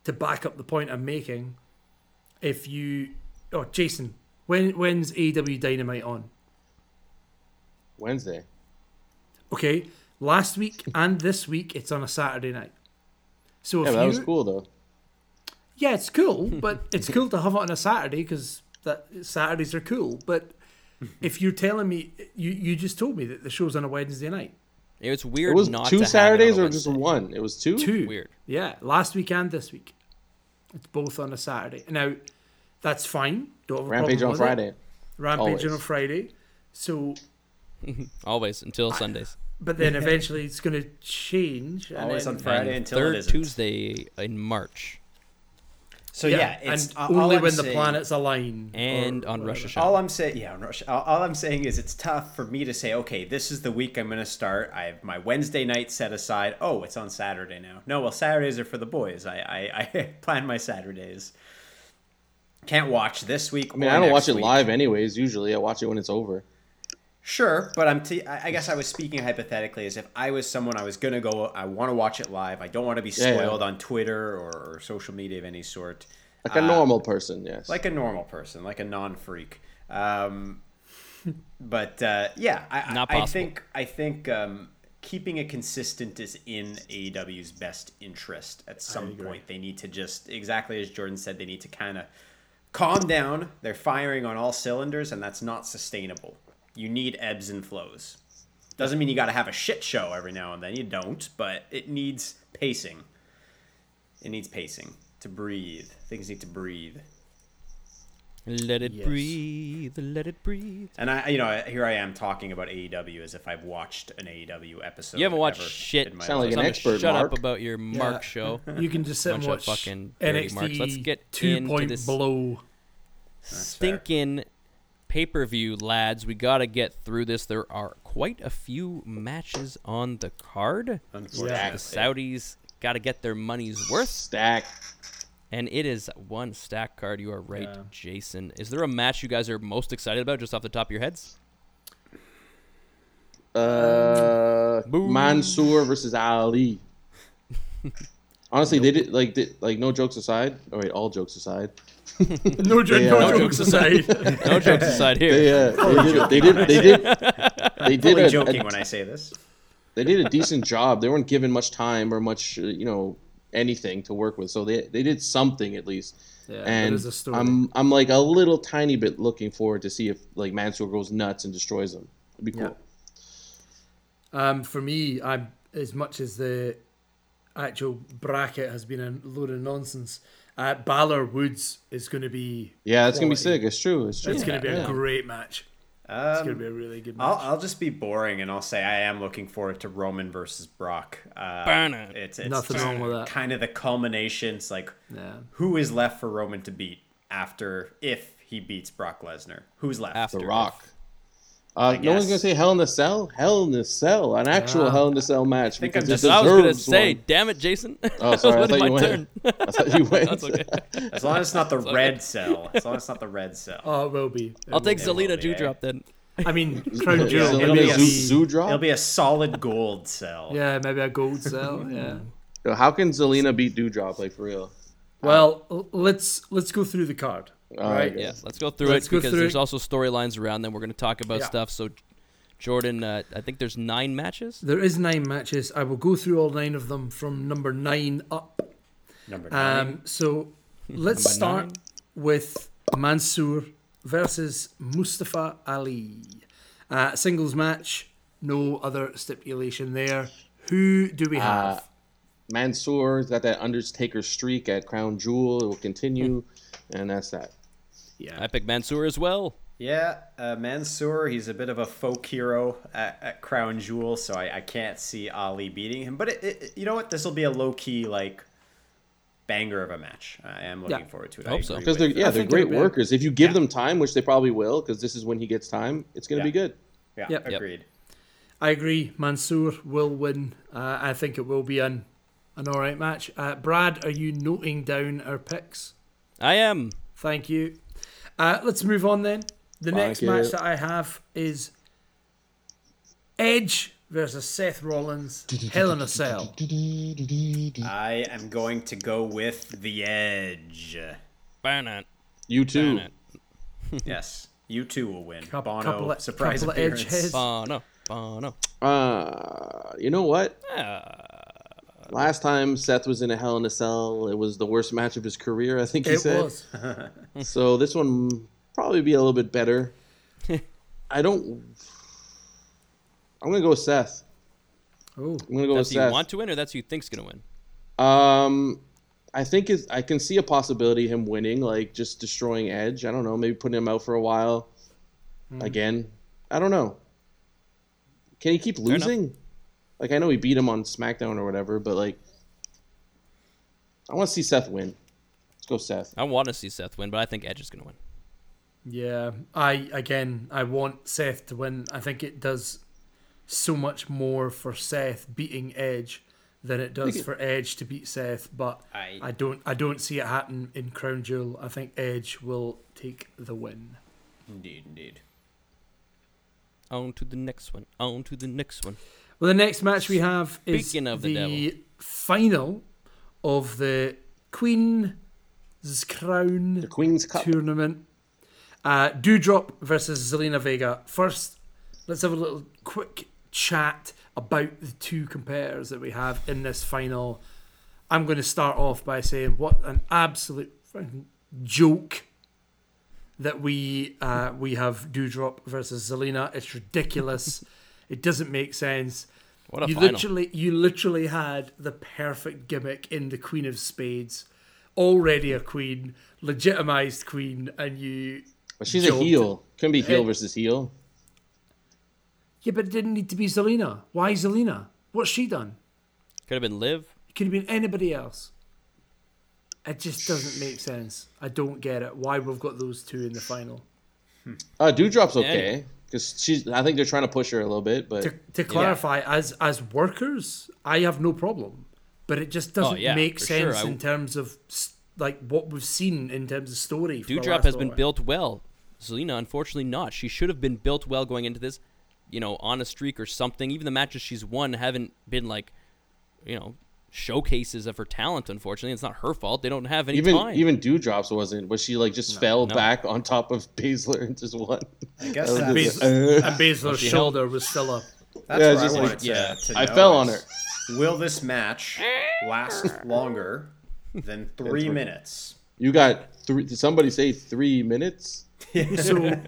S2: to back up the point I'm making. If you, oh Jason, when when's AW Dynamite on?
S3: Wednesday.
S2: Okay, last week and this week it's on a Saturday night. So if
S3: Yeah, but that
S2: you,
S3: was cool though.
S2: Yeah,
S1: <laughs>
S2: it's cool, but it's cool to have it on a Saturday because that Saturdays are cool. But if you're telling me, you you just told me that the show's on a Wednesday night.
S1: It was weird.
S3: It was
S1: not to
S3: two
S1: have it on a
S3: Saturdays or just
S1: Wednesday.
S3: one. It was two.
S2: Two
S1: Weird.
S2: Yeah, last week and this week, it's both on a Saturday. Now, that's fine. Don't have a
S3: Rampage
S2: problem
S4: Oh,
S3: on
S2: with it.
S3: Friday.
S2: Rampage on a
S3: always.
S2: Friday. So,
S1: always until Sundays.
S2: but
S3: <laughs>
S2: then eventually it's going to change. and
S4: always
S2: then-
S4: on Friday
S1: And
S4: until
S1: third
S4: it isn't.
S1: Tuesday in March.
S4: So yeah, it's
S2: and
S4: uh, all
S2: only
S4: I'm
S2: when the
S4: saying-
S2: planets align.
S1: and on Russia Shop.
S4: <laughs> All I'm saying, yeah, on Russia. All, all I'm saying is it's tough for me to say, okay, this is the week I'm going to start. I have my Wednesday night set aside. Oh, it's on Saturday now. No, well, Saturdays are for the boys. I I, <laughs> I plan my Saturdays. Can't watch this week.
S3: I mean, I don't watch it live anyways. Usually, I watch it when it's over.
S4: Sure, but I'm. T- I I guess I was speaking hypothetically as if I was someone I was gonna go. I want to watch it live. I don't want to be
S3: Yeah, yeah.
S4: spoiled on Twitter or, or social media of any sort.
S3: Like a normal person, yes.
S4: Uh, like a normal person, like a non-freak. Um, <laughs> but uh, yeah, I, I-
S1: Not
S4: I
S1: possible.
S4: think I think um, keeping it consistent is in AEW's best interest. At some point, they need to just exactly as Jordan said, they need to kind of calm down. They're firing on all cylinders, and that's not sustainable. You need ebbs and flows. Doesn't mean you got to have a shit show every now and then. You don't, but it needs pacing. It needs pacing to breathe. Things need to breathe.
S1: Let it
S2: Yes.
S1: breathe, let it breathe.
S4: And I, you know, here I am talking about AEW as if I've watched an AEW episode.
S1: You haven't watched
S4: ever
S1: shit.
S4: in my
S3: Sound like
S4: life.
S1: Something
S3: an
S1: to
S3: expert,
S1: Shut
S3: Mark.
S1: up about your Mark show.
S2: You can just sit and
S1: Bunch of
S2: watch
S1: fucking dirty
S2: NXT
S1: marks. Let's get
S2: two
S1: into
S2: point
S1: this-
S2: below.
S4: fair.
S1: Stinking pay per view, lads. We got to get through this. There are quite a few matches on the card. The
S4: Unfortunately.
S1: Saudis got to get their money's worth.
S3: Stack.
S1: And it is one stack card. You are right, Jason. Is there a match you guys are most excited about just off the top of your heads?
S4: Um,
S3: Uh,
S1: Boom.
S3: Mansoor versus
S4: <laughs>
S3: Ali. Honestly, they did like did, like no jokes aside. All right, all jokes
S4: <laughs>
S3: aside.
S2: No, jo-
S3: Yeah.
S2: no
S3: No
S2: jokes <laughs> aside.
S1: No
S3: <laughs>
S1: jokes aside here.
S3: They, uh, they did. They did. They did. They
S4: I'm only
S3: did a,
S4: joking
S3: a
S4: when I say this.
S3: they did a decent job. They weren't given much time or much, uh, you know, anything to work with. So they they did something at least.
S2: Yeah, there
S3: and
S2: is a story.
S3: I'm I'm like a little tiny bit looking forward to see if like Mansoor goes nuts and destroys them. It'd be cool.
S2: Um, for me, I as much as the actual bracket has been a load of nonsense. Uh, Balor Woods is going to be.
S3: Yeah, that's gonna be
S2: quality.
S3: sick. It's true. It's true.
S2: It's going to be a
S3: Yeah.
S2: great match. it's going to be a really good match.
S4: I'll, I'll just be boring and I'll say I am looking forward to Roman versus Brock. Uh,
S1: Burn it.
S4: It's, it's
S2: Nothing
S4: just
S2: wrong with that.
S4: Kind of the culmination. It's like
S2: Yeah.
S4: who is left for Roman to beat after if he beats Brock Lesnar? Who's left?
S1: After.
S3: The Rock. Uh, no one's
S4: guess.
S3: gonna say Hell in a Cell. Hell in a Cell, an actual Hell in a Cell match
S4: think
S3: because it
S4: I'm just-
S1: I was gonna
S3: deserves
S1: say,
S3: one.
S1: damn it, Jason. <laughs>
S3: Oh, sorry, I
S1: It was
S3: thought
S1: my
S3: you went.
S1: turn.
S3: <laughs> I thought you went.
S1: That's
S3: <laughs>
S1: okay.
S4: As long as
S1: <laughs>
S4: it's not the red cell. As long as it's not the red cell.
S2: Oh, it will be. It
S1: I'll take
S2: will be.
S1: Zelina
S4: be, eh?
S1: Dewdrop then.
S2: I mean, Crown
S3: Yeah,
S2: Jewel.
S3: Zelina
S2: maybe a-
S3: Zoo- Zoo drop?
S4: It'll be a solid gold cell.
S2: Yeah, maybe a gold cell. Yeah.
S3: Yo, How can Zelina beat Dewdrop? Like for real?
S2: Well, l- let's let's go through the card.
S3: All
S2: right.
S3: right.
S1: Yeah, let's go through
S2: Let's
S1: it
S2: go
S1: because
S2: through
S1: there's
S2: it.
S1: also storylines around them. We're going to talk about
S2: Yeah.
S1: stuff. So, Jordan, uh, I think there's nine matches.
S2: There is nine matches. I will go through all nine of them from number nine up.
S4: Number nine.
S2: Um,
S4: <laughs>
S2: so let's
S1: Number
S2: start with Mansoor versus Mustafa Ali. Uh, singles match, no other stipulation there. Who do
S4: Uh,
S2: we have?
S3: Mansoor's got that Undertaker streak at Crown Jewel. It will continue,
S2: Hmm.
S3: and that's that.
S1: I picked Mansoor as well.
S4: Yeah, uh, Mansoor, he's a bit of a folk hero at, at Crown Jewel, so I, I can't see Ali beating him. But it, it, you know what? This will be a low key, like, banger of a match. I am looking
S2: Yeah.
S4: forward to it.
S1: Hope so.
S4: agree
S3: Because they're
S4: with-
S3: yeah, they're
S2: think it'll
S3: great
S2: be-
S3: workers. If you give them time, which they probably will, because this is when he gets time, it's gonna
S4: Yeah.
S3: be good.
S4: Yeah,
S2: Yep.
S1: Yep.
S4: agreed.
S2: I agree. Mansoor will win. Uh, I think it will be an an all right match. Uh, Brad, are you noting down our picks?
S1: I am.
S2: Thank you. Uh, let's move on then. The next
S3: you.
S2: match that I have is Edge versus Seth Rollins, Hell in a Cell.
S4: I am going to go with
S2: <laughs>
S4: The Edge.
S1: Burn it.
S3: You too.
S1: Burn it.
S4: yes, you two will win.
S2: Coup-
S4: Bono,
S2: couple of-
S4: surprise
S2: couple of Edge
S4: appearance.
S2: heads.
S1: Bono. Bono.
S3: Uh, you know what?
S1: Ah,
S3: Last time Seth was in a Hell in a Cell, it was the worst match of his career. I think he
S2: It
S3: said.
S2: was.
S3: So this one probably be a little
S2: <laughs>
S3: bit better. I don't. I'm gonna go with Seth.
S2: Oh,
S3: I'm gonna go
S1: that's
S3: with
S1: who you
S3: Seth.
S1: want to win, or that's who you think's going to win.
S3: Um, I think is I can see a possibility of him winning, like just destroying Edge. I don't know, maybe putting him out for a while. Again, I don't know. Can he keep
S1: enough.
S3: losing? Like I know he beat him on SmackDown or whatever, but like I want to see Seth win. Let's go, Seth.
S1: I want to see Seth win, but I think Edge is going to win.
S2: Yeah, I again, I want Seth to win. I think it does so much more for Seth beating Edge than it does for Edge to beat Seth. But
S4: I-
S2: I, don't, I don't see it happen in Crown Jewel. I think Edge will take the win.
S4: Indeed, indeed.
S1: On to the next one. On to the next one.
S2: Well, the next match we have is
S1: Speaking of the
S2: the, final of the Queen's Crown
S3: The Queen's Cup.
S2: tournament. Uh, Dewdrop versus Zelina Vega. First, let's have a little quick chat about the two competitors that we have in this final. I'm going to start off by saying what an absolute fucking joke that we uh, we have Dewdrop versus Zelina. It's
S3: <laughs>
S2: ridiculous. it doesn't make sense
S1: What a
S2: you
S1: final.
S2: literally you literally had the perfect gimmick in the Queen of Spades, already a queen, legitimized queen, and you
S3: But she's
S2: Jolt.
S3: a heel. Couldn't be heel
S2: Hey.
S3: versus heel.
S2: yeah, but it didn't need to be Zelina. Why Zelina? What's she done?
S1: Could have been Liv.
S2: It could have been anybody else. It just doesn't make sense. I don't get it. Why we've got those two in the final
S3: Uh, Dewdrop's okay because she's. I think they're trying to push her a little bit, but
S2: to, to clarify, as as workers, I have no problem, but it just doesn't
S1: Oh, yeah,
S2: make
S1: for sure.
S2: sense
S1: I-
S2: in terms of s- like what we've seen in terms of story. for the
S1: Dewdrop
S2: last
S1: has been
S2: hour.
S1: built well. Zelina, unfortunately, not. She should have been built well going into this, you know, on a streak or something. Even the matches she's won haven't been like, you know, showcases of her talent. Unfortunately, it's not her fault. They don't have any
S3: even
S1: time.
S3: even Dewdrop's wasn't. Was she like just fell back on top of <laughs> Baszler and just won?
S4: I guess
S3: was
S4: that's,
S2: Bas-
S4: that's
S1: <laughs>
S2: and Baszler's
S1: held-
S2: shoulder was still
S1: <laughs>
S2: up.
S3: Yeah,
S4: where I
S3: just like,
S4: wanted to,
S3: yeah,
S4: to
S3: I
S4: know
S3: fell on
S4: is, Will this match last
S2: <laughs>
S4: longer than three minutes?
S3: You got three. Did somebody say three minutes?
S2: So,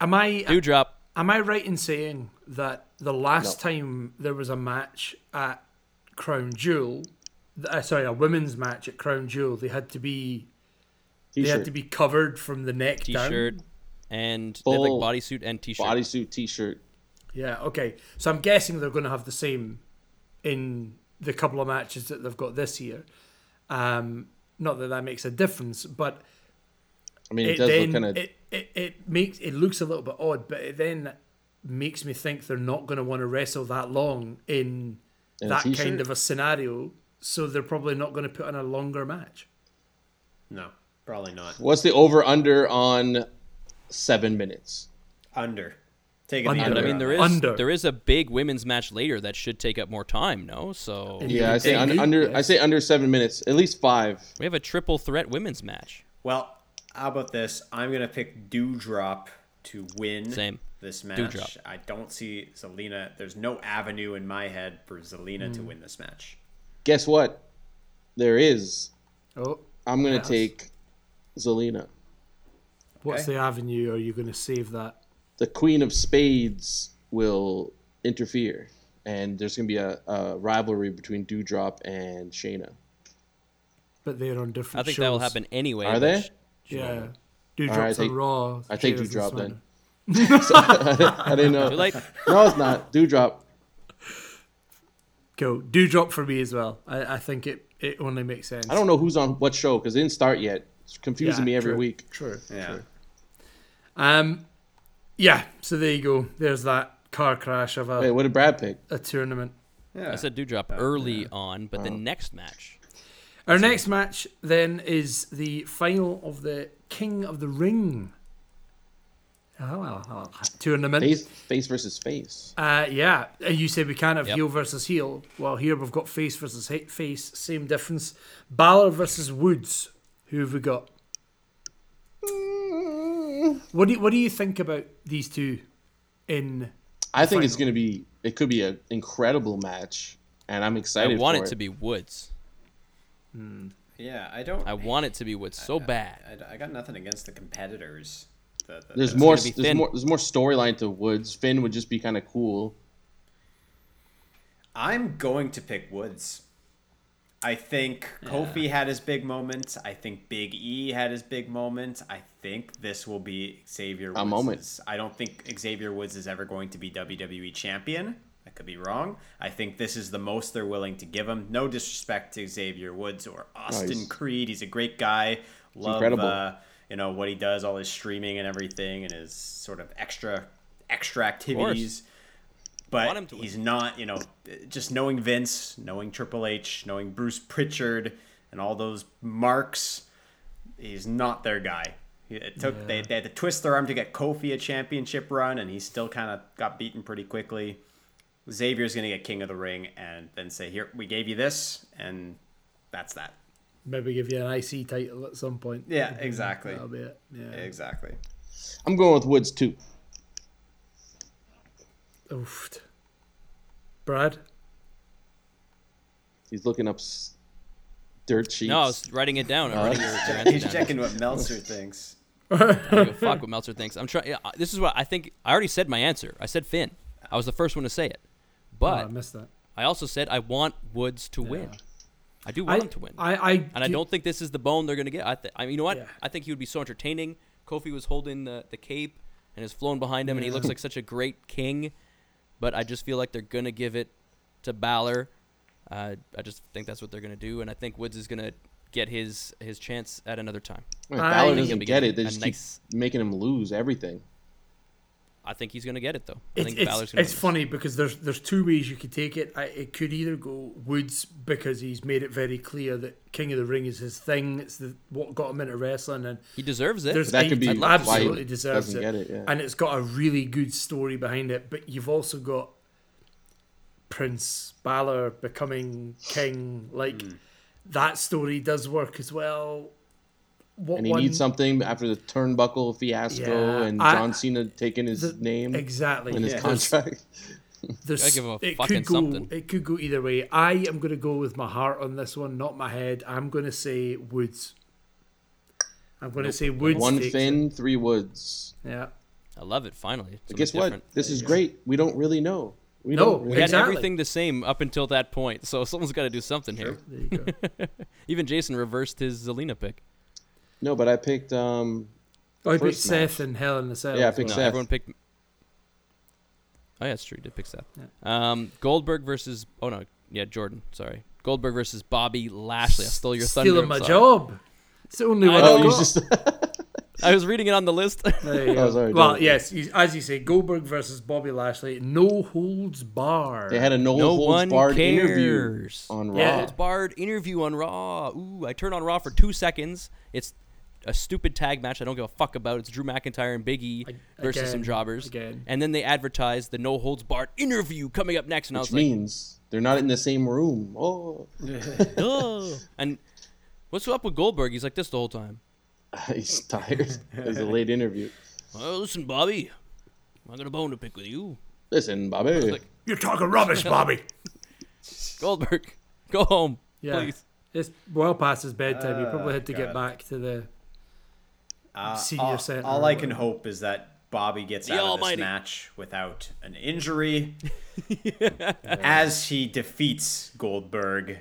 S2: am I
S1: Dewdrop.
S2: am I right in saying that the last time there was a match at Crown Jewel, th- uh, sorry, a women's match at Crown Jewel, they had to be they had
S3: T-shirt,
S2: to be covered from the neck down.
S1: T-shirt and they have
S3: Full
S1: like bodysuit and T-shirt.
S3: bodysuit, T-shirt.
S2: Yeah, okay. So I'm guessing they're going to have the same in the couple of matches that they've got this year. Um, not that that makes a difference, but
S3: I mean, it,
S2: it
S3: does
S2: then
S3: look kind of.
S2: it, it, it makes it looks a little bit odd, but it then makes me think they're not going to want to wrestle that long in,
S3: In a
S2: that
S3: t-shirt?
S2: kind of a scenario. So they're probably not going to put in a longer match.
S4: No, probably not.
S3: What's the over under on seven minutes?
S4: Under. Taking
S2: Under.
S4: the
S1: But
S4: under.
S1: I mean, there is
S2: Under.
S1: there is a big women's match later that should take up more time. No, so
S3: Yeah, I say
S2: think-
S3: un, under. I say under seven minutes. At least five.
S1: we have a triple threat women's match.
S4: Well, how about this? I'm gonna pick Dewdrop to win
S1: Same.
S4: this match.
S1: Dewdrop.
S4: I don't see Zelina. There's no avenue in my head for Zelina
S1: Hmm.
S4: to win this match.
S3: Guess what? There is.
S2: Oh,
S3: I'm gonna
S2: Yes.
S3: take Zelina,
S2: what's
S4: Okay.
S2: the avenue? Are you going to save that?
S3: the Queen of Spades, will interfere, and there's gonna be a, a rivalry between Dewdrop and Shayna.
S2: But they're on different.
S1: I think
S2: shows.
S1: that will happen anyway.
S3: Are
S1: but
S3: they?
S1: sh-
S2: Yeah, Dewdrop's
S3: All right, I
S2: on
S3: take-
S2: Raw.
S3: I take
S2: Shayna's on
S3: Dewdrop then.
S2: SmackDown.
S3: <laughs> I didn't
S1: <laughs>
S3: know.
S1: Too
S4: <laughs>
S1: late.
S3: No, it's not Dewdrop.
S2: Cool. Dewdrop for me as well. I, I think it, it only makes sense.
S3: I don't know who's on what show because it didn't start yet. It's confusing me every
S2: true,
S3: week.
S2: True.
S4: Yeah.
S2: Um, yeah. So there you go. There's that car crash of
S3: Wait,
S2: a,
S3: what did Brad pick?
S2: a tournament.
S4: Yeah.
S1: I said Dewdrop early on, but the next match.
S2: Our next match then is the final of the King of the Ring Ah, tournament.
S3: Face, face versus face.
S2: Uh, yeah, Uh, you said we can't have
S1: Yep.
S2: heel versus heel. Well, here we've got face versus he- face, same difference. Balor versus Woods. Who have we got? What do you, what do you think about these two in
S3: I think it's gonna be. It could be an incredible match, and I'm
S1: I
S3: excited.
S1: want
S3: for
S1: it to be Woods.
S4: Yeah. I don't.
S1: I
S4: I,
S1: want it to be Woods so bad.
S4: I got nothing against the competitors. The, the,
S3: There's
S4: the-
S3: more,
S1: be
S3: there's
S1: Finn.
S3: more. There's more storyline to Woods. Finn would just be kind of cool.
S4: I'm going to pick Woods. I think Kofi had his big moment. I think Big E had his big moment. I think this will be Xavier Woods.
S3: moment.
S4: I don't think Xavier Woods is ever going to be WWE E champion. I Could be wrong. I think this is the most they're willing to give him. No disrespect to Xavier Woods or Austin
S3: he's-
S4: Creed. He's a great guy. Love,
S3: incredible.
S4: Uh, you know what he does, all his streaming and everything, and his sort of extra extra activities.
S1: Want him
S4: But
S1: to
S4: he's not, you know, just knowing Vince, knowing Triple H, knowing Bruce Pritchard, and all those marks he's not their guy. It took they, they had to twist their arm to get Kofi a championship run, and he still kind of got beaten pretty quickly. Xavier's gonna get King of the Ring, and then say, "Here, we gave you this, and that's that."
S2: Maybe give you an IC title at some point.
S4: Yeah, exactly,
S2: That'll be it. Yeah.
S4: exactly.
S3: I'm going with Woods too.
S2: Oof. Brad?
S3: He's looking up s- dirt sheets.
S1: No, I was writing it
S3: Uh,
S1: down. I'm writing your- your answer
S4: <laughs> He's
S1: down.
S4: checking what Meltzer thinks.
S1: I don't give a fuck what Meltzer thinks. I'm trying. This is what I think. I already said my answer. I said Finn. I was the first one to say it,
S2: Oh,
S4: Um,
S1: but
S2: I missed that.
S1: I also said I want Woods to win. I do want him to win,
S2: I, I,
S1: and I don't think this is the bone they're going to get. I, th- I mean, you know what?
S2: Yeah.
S1: I think he would be so entertaining. Kofi was holding the, the cape and is flowing behind him, and he looks like such a great king. But I just feel like they're going to give it to Balor. Uh, I just think that's what they're going to do, and I think Woods is going to get his his chance at another time.
S3: Right,
S2: I-
S3: Balor
S2: He's
S1: gonna
S3: doesn't
S1: be
S3: get
S1: getting
S3: it. They
S1: a
S3: just
S1: nice-
S3: keep making him lose everything.
S1: I think he's going to get it though. I
S2: It's,
S1: think
S2: it's,
S1: gonna
S2: it's
S1: win.
S2: funny because there's there's two ways you could take it. I, it could either go Woods because he's made it very clear that King of the Ring is his thing. It's the, what got him into wrestling, and
S1: He deserves it.
S2: There's
S3: That could
S2: he
S3: be why
S2: absolutely
S3: he
S2: deserves
S3: doesn't
S2: it,
S3: get it, yeah.
S2: and it's got a really good story behind it. But you've also got Prince Balor becoming king. Like
S3: Hmm.
S2: that story does work as well. What
S3: And he
S2: one-
S3: needs something after the turnbuckle fiasco
S2: Yeah,
S3: and
S2: I-
S3: John Cena taking his name
S2: exactly
S3: in his
S2: yeah.
S3: contract.
S2: There's,
S1: Gotta give 'em a
S2: it
S1: fucking
S2: could go.
S1: something.
S2: It could go either way. I am going to go with my heart on this one, not my head. I'm going to say Woods. I'm going to say Woods.
S3: <laughs> One
S2: takes
S3: Finn, three Woods.
S2: it. Yeah.
S1: I love it. Finally,
S3: But
S1: Something
S3: guess
S1: different.
S3: what? This is great. We don't really know. We
S2: No,
S3: don't
S2: we
S3: really
S1: We had
S2: Exactly.
S1: everything the same up until that point, so <laughs> someone's got to do something here.
S2: There you
S1: <laughs>
S2: go.
S1: Even Jason reversed his Zelina pick.
S3: No, but I picked. Um,
S2: I picked
S3: First match.
S2: Seth and Helen in a Cell.
S3: Yeah, I
S2: as well.
S3: picked
S1: No,
S3: Seth.
S1: everyone picked. Oh yeah, it's true. You did pick Seth. Um, Goldberg versus. Oh no, yeah, Jordan. Sorry, Goldberg versus Bobby Lashley. I stole your thunder.
S2: stealing
S1: I'm
S2: my
S1: sorry.
S2: job. It's the only one.
S1: know.
S3: oh,
S2: I've
S3: you
S2: got.
S3: just <laughs>
S1: I was reading it on the list.
S2: There you
S3: Oh,
S2: go.
S3: sorry,
S2: well,
S3: Jordan.
S2: yes, you- as you say, Goldberg versus Bobby Lashley, no holds bar.
S3: they had a
S1: <laughs>
S3: no,
S1: no one
S3: holds barred interview
S1: cares.
S3: on
S2: Yeah.
S3: Raw.
S1: It's barred interview on Raw. Ooh, I turn on Raw for two seconds. It's a stupid tag match I don't give a fuck about. It's Drew McIntyre and Big E
S2: Ag-
S1: versus
S2: again,
S1: some jobbers.
S2: again.
S1: And then they advertise the no holds barred interview coming up next, and
S3: Which
S1: I was
S3: means they're not in the same room. Oh,
S1: like, Duh. <laughs> and what's up with Goldberg? He's like this the whole time. <laughs>
S3: he's tired. it was a late interview.
S1: Well, listen, Bobby, I got a bone to pick with you,
S3: Listen, Bobby.
S1: like-
S2: You're talking
S1: <laughs>
S2: rubbish, Bobby.
S1: Goldberg. <laughs> Go home,
S2: yeah,
S1: please.
S2: it's well past his bedtime. He probably had to get
S4: God.
S2: back to the.
S4: Uh,
S2: Senior
S4: all,
S2: center
S4: all
S2: or
S4: I can
S2: whatever.
S4: hope is that Bobby gets
S1: The
S4: out of
S1: Almighty.
S4: this match without
S2: <laughs>
S4: an injury, as he defeats Goldberg.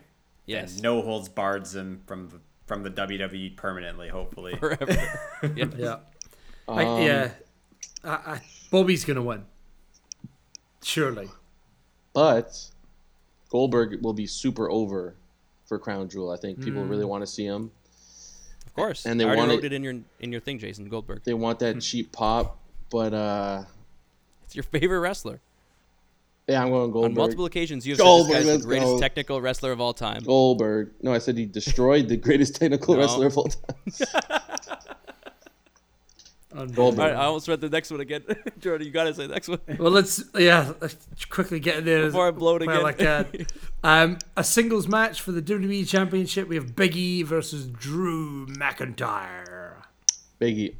S1: Yes.
S4: and no holds barred him from the, from the WWE permanently. Hopefully,
S1: <laughs> Forever. Yes.
S2: Yeah,
S3: Um,
S2: I, yeah. I, I, Bobby's gonna win, surely.
S3: But Goldberg will be super over for Crown Jewel. I think people really
S1: Hmm.
S3: want to see him.
S1: Of course.
S3: And they
S1: I already
S3: wanted-
S1: wrote it in your in your thing, Jason Goldberg.
S3: They want
S1: Hmm.
S3: that cheap pop. But uh,
S1: It's your favorite wrestler.
S3: yeah, I'm going
S1: On
S3: Goldberg.
S1: multiple occasions, you have
S3: Goldberg,
S1: said this guy's
S3: let's
S1: the greatest
S3: go.
S1: technical wrestler of all time.
S3: Goldberg. No, I said he destroyed the greatest technical
S1: <laughs> No.
S3: wrestler of all time.
S2: Um,
S1: All right,
S3: Goldberg.
S1: I almost read the next one again. <laughs> Jordan, you gotta say the next one.
S2: Well, let's yeah, let's quickly get in there
S1: Before I blow it
S2: while I
S1: again. <laughs>
S2: can. Um, a singles match for the WWE Championship. We have Big E versus Drew McIntyre.
S3: Biggie.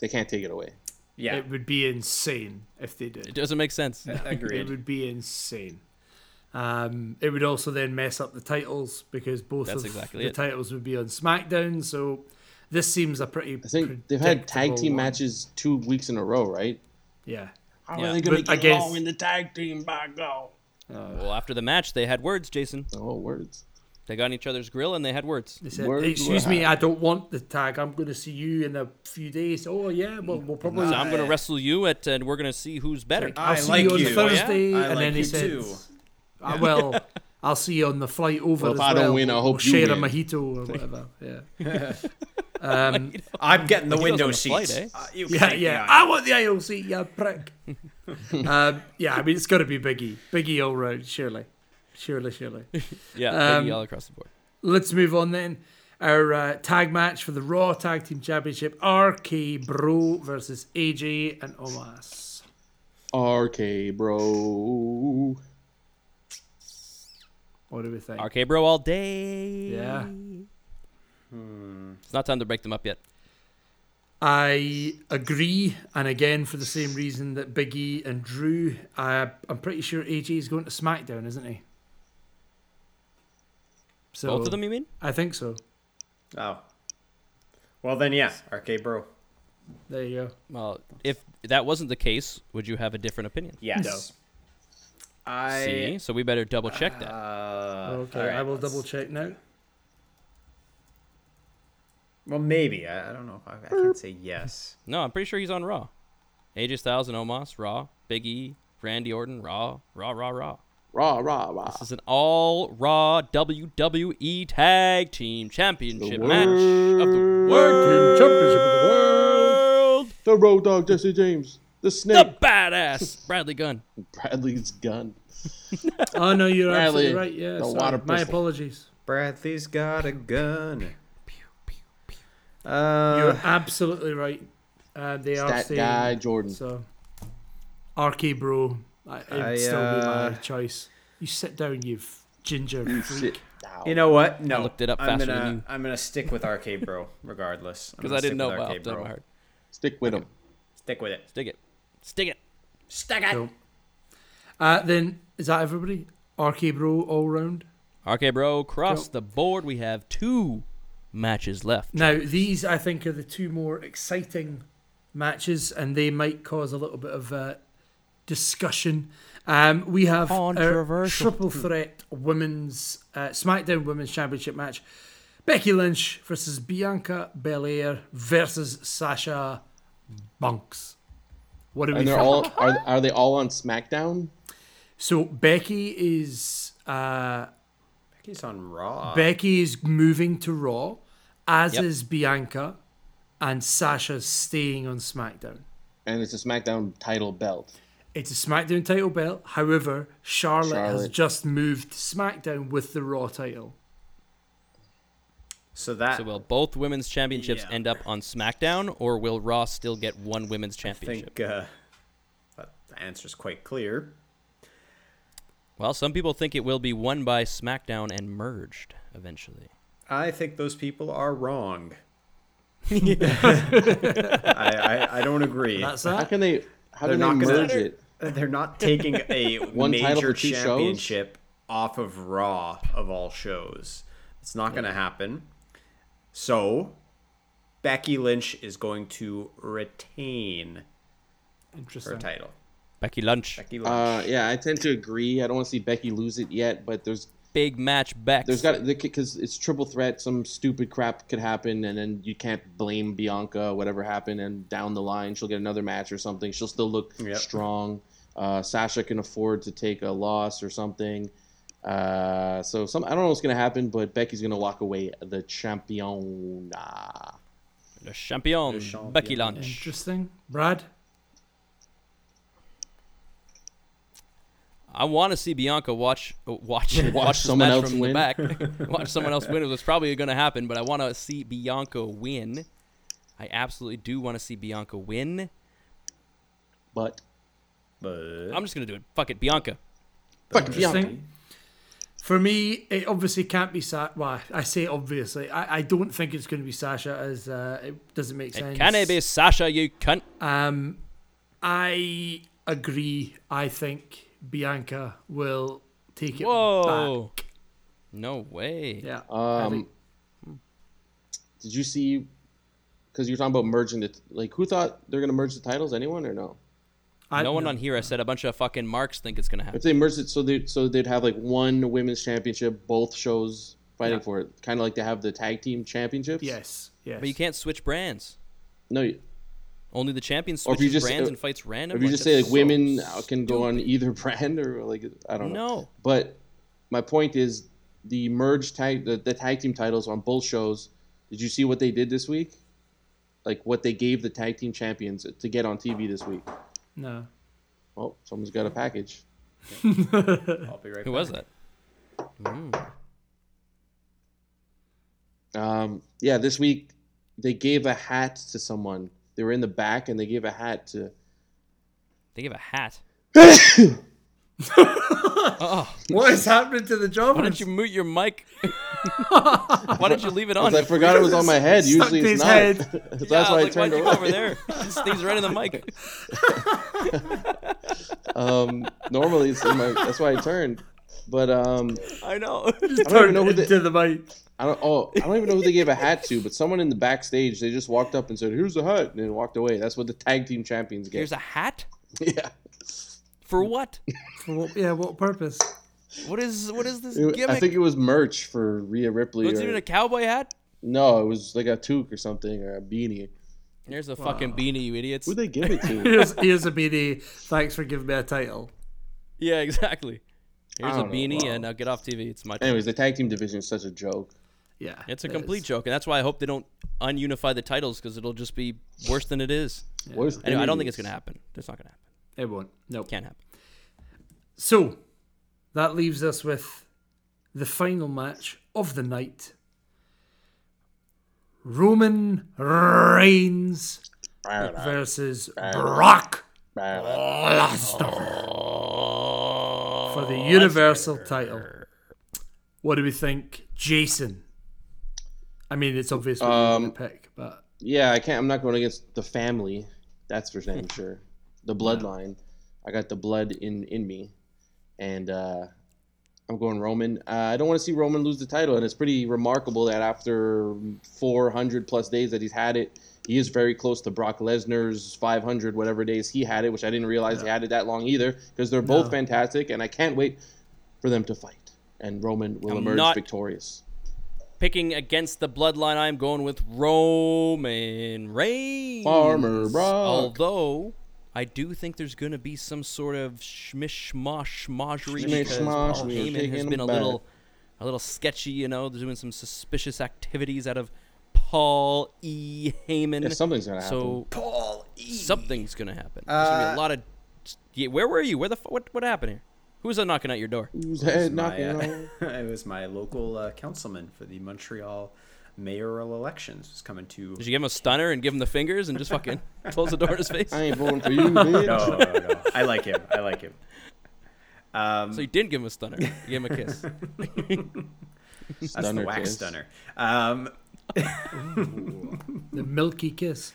S3: They can't take it away.
S4: yeah,
S2: It would be insane if they
S1: It
S2: did.
S1: doesn't make sense.
S2: It
S4: agreed.
S2: would be insane. Um, it would also then mess up the titles because both
S1: That's
S2: of
S1: exactly
S2: the
S1: it.
S2: titles would be on SmackDown. So this seems a pretty.
S3: I think they've had tag team
S2: one.
S3: matches two weeks in a row, right?
S2: Yeah.
S3: How
S1: Yeah.
S3: are they going to
S2: But I
S3: get
S2: guess-
S3: along in the tag team? By God.
S1: Well, after the match, they had words, Jason.
S3: Oh, words.
S1: They got in each other's grill and they had words.
S2: They said,
S3: Word
S2: "Excuse
S3: were
S2: me, I don't want the tag. I'm going to see you in a few days." Oh yeah, well we'll probably.
S1: So I'm going to wrestle you at, and we're going to see who's better.
S2: I'll
S4: I
S2: see
S4: like
S2: you on
S4: you.
S2: Thursday,
S4: Yeah, I
S2: and
S4: like
S2: then he
S4: you
S2: said,
S4: too.
S2: "I
S4: <laughs>
S2: will." I'll see you on the flight over.
S3: Well, if
S2: as
S3: I don't
S2: well.
S3: win, I
S2: we'll
S3: hope you
S2: share a
S3: win."
S2: mojito
S3: <laughs>
S2: or whatever.
S4: <laughs>
S2: Yeah,
S4: I'm getting the
S1: Mojito's on
S4: window
S1: the flight,
S4: seats.
S1: eh?
S4: Uh, you
S2: yeah,
S4: can't-
S2: yeah. I want the AOC, you
S4: <laughs>
S2: prick. um, yeah, I mean it's got to be Biggie, Biggie all round, surely, surely, surely.
S1: Yeah,
S2: Um,
S1: maybe all across the board.
S2: Let's move on then. Our uh, tag match for the Raw Tag Team Championship: RK Bro versus AJ and Omas.
S3: RK, bro.
S2: What do we think?
S1: RK Bro all day.
S2: Yeah.
S1: It's not time to break them up yet.
S2: I agree, and again for the same reason that Big E and Drew. I, I'm pretty sure AJ is going to SmackDown, isn't he? So
S1: Both of them, you mean?
S2: I think so.
S4: Oh. Well, then, yeah. RK Bro.
S2: There you go.
S1: Well, if that wasn't the case, would you have a different opinion?
S4: Yes. I.
S1: See, so we better double check that.
S4: Uh,
S2: okay,
S4: all right,
S2: I will
S4: let's-
S2: double check now.
S4: Well, maybe. I, I don't know if I, I can say yes.
S1: No, I'm pretty sure he's on Raw. AJ Styles and Omos, Raw. Big E, Randy Orton, Raw, Raw, Raw, Raw.
S3: Rah, rah, rah.
S1: This is an all Raw WWE Tag Team Championship
S3: The
S1: match of the
S3: World
S1: world.
S3: Championship of the World. The Road Dog, Jesse James. The
S1: The
S3: Snake,
S1: badass Bradley Gunn.
S3: Bradley's gun.
S2: Oh no, you're absolutely
S3: Bradley,
S2: right. Yeah,
S3: the
S2: sorry.
S3: water
S2: my
S3: pistol.
S2: apologies.
S4: Bradley's got a gun.
S2: You're
S4: Uh,
S2: absolutely right. Uh, they are
S3: That
S2: saying
S3: guy, Jordan.
S2: so. RK bro, I, it'd
S4: I,
S2: still be my
S4: uh,
S2: choice. You sit down, you f- ginger freak.
S3: Sit down.
S4: you know what? No,
S1: looked it up
S4: I'm
S1: faster
S4: gonna,
S1: than you.
S4: I'm gonna stick with RK
S1: <laughs>
S4: Bro regardless. I'm
S1: Because
S4: gonna
S1: I didn't
S4: stick
S1: know
S4: with
S1: about
S4: RK
S1: off the top of
S4: Bro.
S1: my heart.
S3: Stick with him.
S4: Stick with it.
S1: Stick it. Stick it.
S4: Stick it.
S2: Cool. Uh, then is that everybody? RK bro, all round.
S1: RK Bro, across the board, we have two matches left.
S2: Now these, I think, are the two more exciting matches, and they might cause a little bit of uh, discussion. Um, we have our
S1: Controversial.
S2: triple threat women's uh, SmackDown Women's Championship match: Becky Lynch versus Bianca Belair versus Sasha Bunks. What do we
S3: And they're
S2: think? <laughs>
S3: all are, are they all on SmackDown?
S2: So Becky is. Uh,
S4: He's on Raw.
S2: Becky is moving to Raw, as
S1: Yep.
S2: is Bianca, and Sasha's staying on SmackDown.
S3: And it's a SmackDown title belt.
S2: It's a SmackDown title belt. However, Charlotte, has
S3: Charlotte.
S2: just moved to SmackDown with the Raw title.
S4: so that
S1: So will both women's championships
S4: Yeah.
S1: end up on SmackDown, or will Raw still get one women's
S4: I
S1: championship?
S4: think uh, that the answer's quite clear.
S1: Well, some people think it will be won by SmackDown and merged eventually.
S4: I think those people
S1: <laughs>
S4: are wrong. <laughs> I, I, I don't agree.
S2: That's
S3: How
S2: that.
S3: can they how
S4: They're
S3: can
S4: not
S3: they
S4: gonna-
S3: merge it?
S4: <laughs> They're not taking a
S3: <laughs> One title
S4: major
S3: for two shows?
S4: championship off of Raw of all shows. It's not going to happen. So Becky Lynch is going to retain her
S2: Interesting.
S4: title.
S1: Becky Lynch,
S4: Becky Lynch.
S3: Uh, yeah, I tend to agree. I don't want to see Becky lose it yet, but there's
S1: big match back.
S3: there's got because it's triple threat. Some stupid crap could happen, and then you can't blame Bianca. Whatever happened, and down the line she'll get another match or something. She'll still look
S4: Yep.
S3: strong. Uh, Sasha can afford to take a loss or something. Uh, so some I don't know what's gonna happen, but Becky's gonna walk away the champion.
S1: Le champion,
S4: Le champion.
S1: Becky Lynch.
S2: Interesting. Brad?
S1: I want to see Bianca watch uh,
S3: <laughs>
S1: watch watch, this
S3: someone
S1: match
S3: else
S1: from the
S3: win. <laughs>
S1: back. <laughs> watch someone else win. It was probably going to happen, but I want to see Bianca win. I absolutely do want to see Bianca win.
S3: But
S4: but
S1: I'm just going to do it. Fuck it, Bianca.
S3: fuck Bianca.
S2: Interesting. For me, it obviously can't be Sasha. Well, I say obviously. I, I don't think it's going to be Sasha, as uh, it doesn't make sense.
S1: Can it be Sasha? You cunt.
S2: Um, I agree. I think Bianca will take it
S1: Whoa.
S2: back.
S1: No way.
S2: Yeah. I
S3: Um,
S2: think-
S3: did you see? Because you're talking about merging the like, who thought they're gonna merge the titles? Anyone or no?
S2: I-
S1: No one on here. I said a bunch of fucking marks think it's going to happen.
S3: If they merged it, so they so they'd have like one women's championship, both shows fighting for it. Kind of like they have the tag team championships.
S2: Yes. Yes.
S1: But you can't switch brands.
S3: No, you-
S1: Only the champion
S3: Or if
S1: switches
S3: you just-
S1: brands
S3: or-
S1: and fights random.
S3: if you
S1: like,
S3: just say
S1: that's
S3: like women
S1: so
S3: uh, can go on either <laughs> brand or like I don't know.
S1: No.
S3: But my point is the merge tag the, the tag team titles on both shows. Did you see what they did this week? Like what they gave the tag team champions to get on TV this week.
S2: No.
S3: Well, someone's got a package.
S4: I'll be
S1: Who
S4: right back.
S1: was that?
S3: Um, yeah, this week they gave a hat to someone. They were in the back and they gave a hat to.
S1: They give a hat.
S2: What is happening to the job?
S1: Why don't you mute your mic? <laughs> why don't you leave it on?
S3: I forgot it was on my head.
S2: Stuck
S3: Usually
S2: to
S3: it's
S2: his
S3: not.
S2: head.
S3: <laughs>
S1: Yeah,
S3: So that's why
S1: was
S3: I
S1: like,
S3: turned
S1: why'd you go
S3: away.
S1: over there? It stings right in the mic.
S3: Um, <laughs> normally it's in my. That's why I turned. But um,
S1: <laughs> I <laughs> know.
S3: I don't even know who the,
S2: into the mic.
S3: I don't. Oh, I don't even know who they gave a hat to. But someone in the backstage, they just walked up and said, "Here's a hat," and then walked away. That's what the tag team champions get.
S1: Here's a hat
S3: <laughs> yeah.
S1: for what?
S2: For what, yeah, what <laughs> purpose?
S1: What is what is this
S3: It-
S1: gimmick?
S3: I think it was merch for Rhea Ripley.
S1: was it
S3: or-
S1: even a cowboy hat?
S3: no, it was like a toque or something or a beanie.
S1: There's a fucking beanie, you idiots.
S3: Who'd they give it
S2: <laughs>
S3: to?
S2: Here's, here's a BD. Thanks for giving me a title.
S1: Yeah, exactly. Here's a
S3: don't know,
S1: beanie,
S3: wow.
S1: and now get off TV. It's my.
S3: Anyways, the tag team division is such a joke.
S2: Yeah.
S1: It's a
S2: it
S1: complete
S2: is.
S1: joke, and that's why I hope they don't ununify the titles because it'll just be worse than it is.
S3: Worst thing
S1: Anyway, I don't
S3: is-
S1: think it's gonna happen. That's not gonna happen.
S2: It won't. No.
S1: Can't happen.
S2: So that leaves us with the final match of the night. Roman Reigns versus Brock Lesnar for
S1: Oh,
S2: the Universal title. What do we think, Jason? I mean, it's obvious what you're going to pick, but
S3: Yeah, I can't. I'm not going against the family. That's for damn sure. The bloodline. I got the blood in in me, and uh, I'm going Roman. Uh, I don't want to see Roman lose the title, and it's pretty remarkable that after 400 plus days that he's had it, he is very close to Brock Lesnar's 500 whatever days he had it, which I didn't realize he had it that long either, because they're both fantastic, and I can't wait for them to fight. And Roman will emerge
S1: not-
S3: victorious.
S1: Picking against the bloodline, I'm going with Roman Reigns.
S3: Farmer Brock.
S1: Although I do think there's going to be some sort of schmish schmosh schmodgery
S3: Schmish,
S1: because
S3: schmosh,
S1: Paul
S3: we are
S1: Heyman has
S3: taking
S1: been a
S3: back.
S1: little, a little sketchy. You know, they're doing some suspicious activities out of Paul E. Heyman.
S3: Yeah, something's gonna happen.
S1: so
S4: Paul E.
S1: something's going to happen. There's going to be a lot of. Yeah, where were you? Where the fu- what? What happened here? Who was that knocking at your door?
S3: Who's head
S4: my,
S3: knocking
S4: uh, <laughs>
S3: on?
S4: it was my local uh, councilman for the Montreal mayoral elections. It was coming to.
S1: Did you give him a stunner and give him the fingers and just fucking close the door in his face?
S3: I ain't voting for you, bitch.
S4: <laughs> No, no, no. I like him. I like him.
S1: So you didn't give him a stunner. You gave him a kiss.
S4: That's
S3: Stunner
S4: the wax
S3: kiss.
S4: stunner. Um,
S2: the Milky Kiss.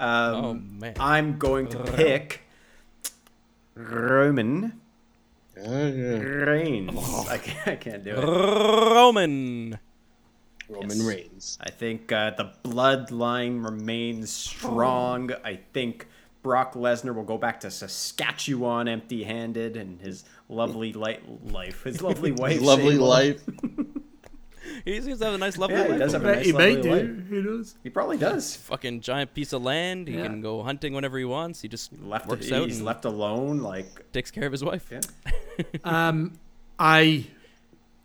S1: oh man.
S4: I'm going to pick Roman
S3: Oh, yeah.
S4: Reigns. I, can't, I can't do it.
S1: Roman.
S3: Roman Reigns.
S4: I think uh, the bloodline remains strong. I think Brock Lesnar will go back to Saskatchewan empty-handed, and his lovely light life, his lovely wife,
S3: Lovely
S4: Shayla-
S3: life.
S1: He seems to have a nice lovely
S4: Yeah, he
S1: life.
S4: does
S1: over there.
S4: have a nice
S2: he may
S4: lovely
S2: do.
S4: life.
S2: Who knows?
S4: He probably
S1: <laughs>
S4: does.
S1: Fucking giant piece of land. He
S2: Yeah.
S1: can go hunting whenever he wants. He just
S4: Left,
S1: works out
S4: he's
S1: and
S4: left alone. Like,
S1: takes care of his wife.
S4: yeah.
S2: Um, I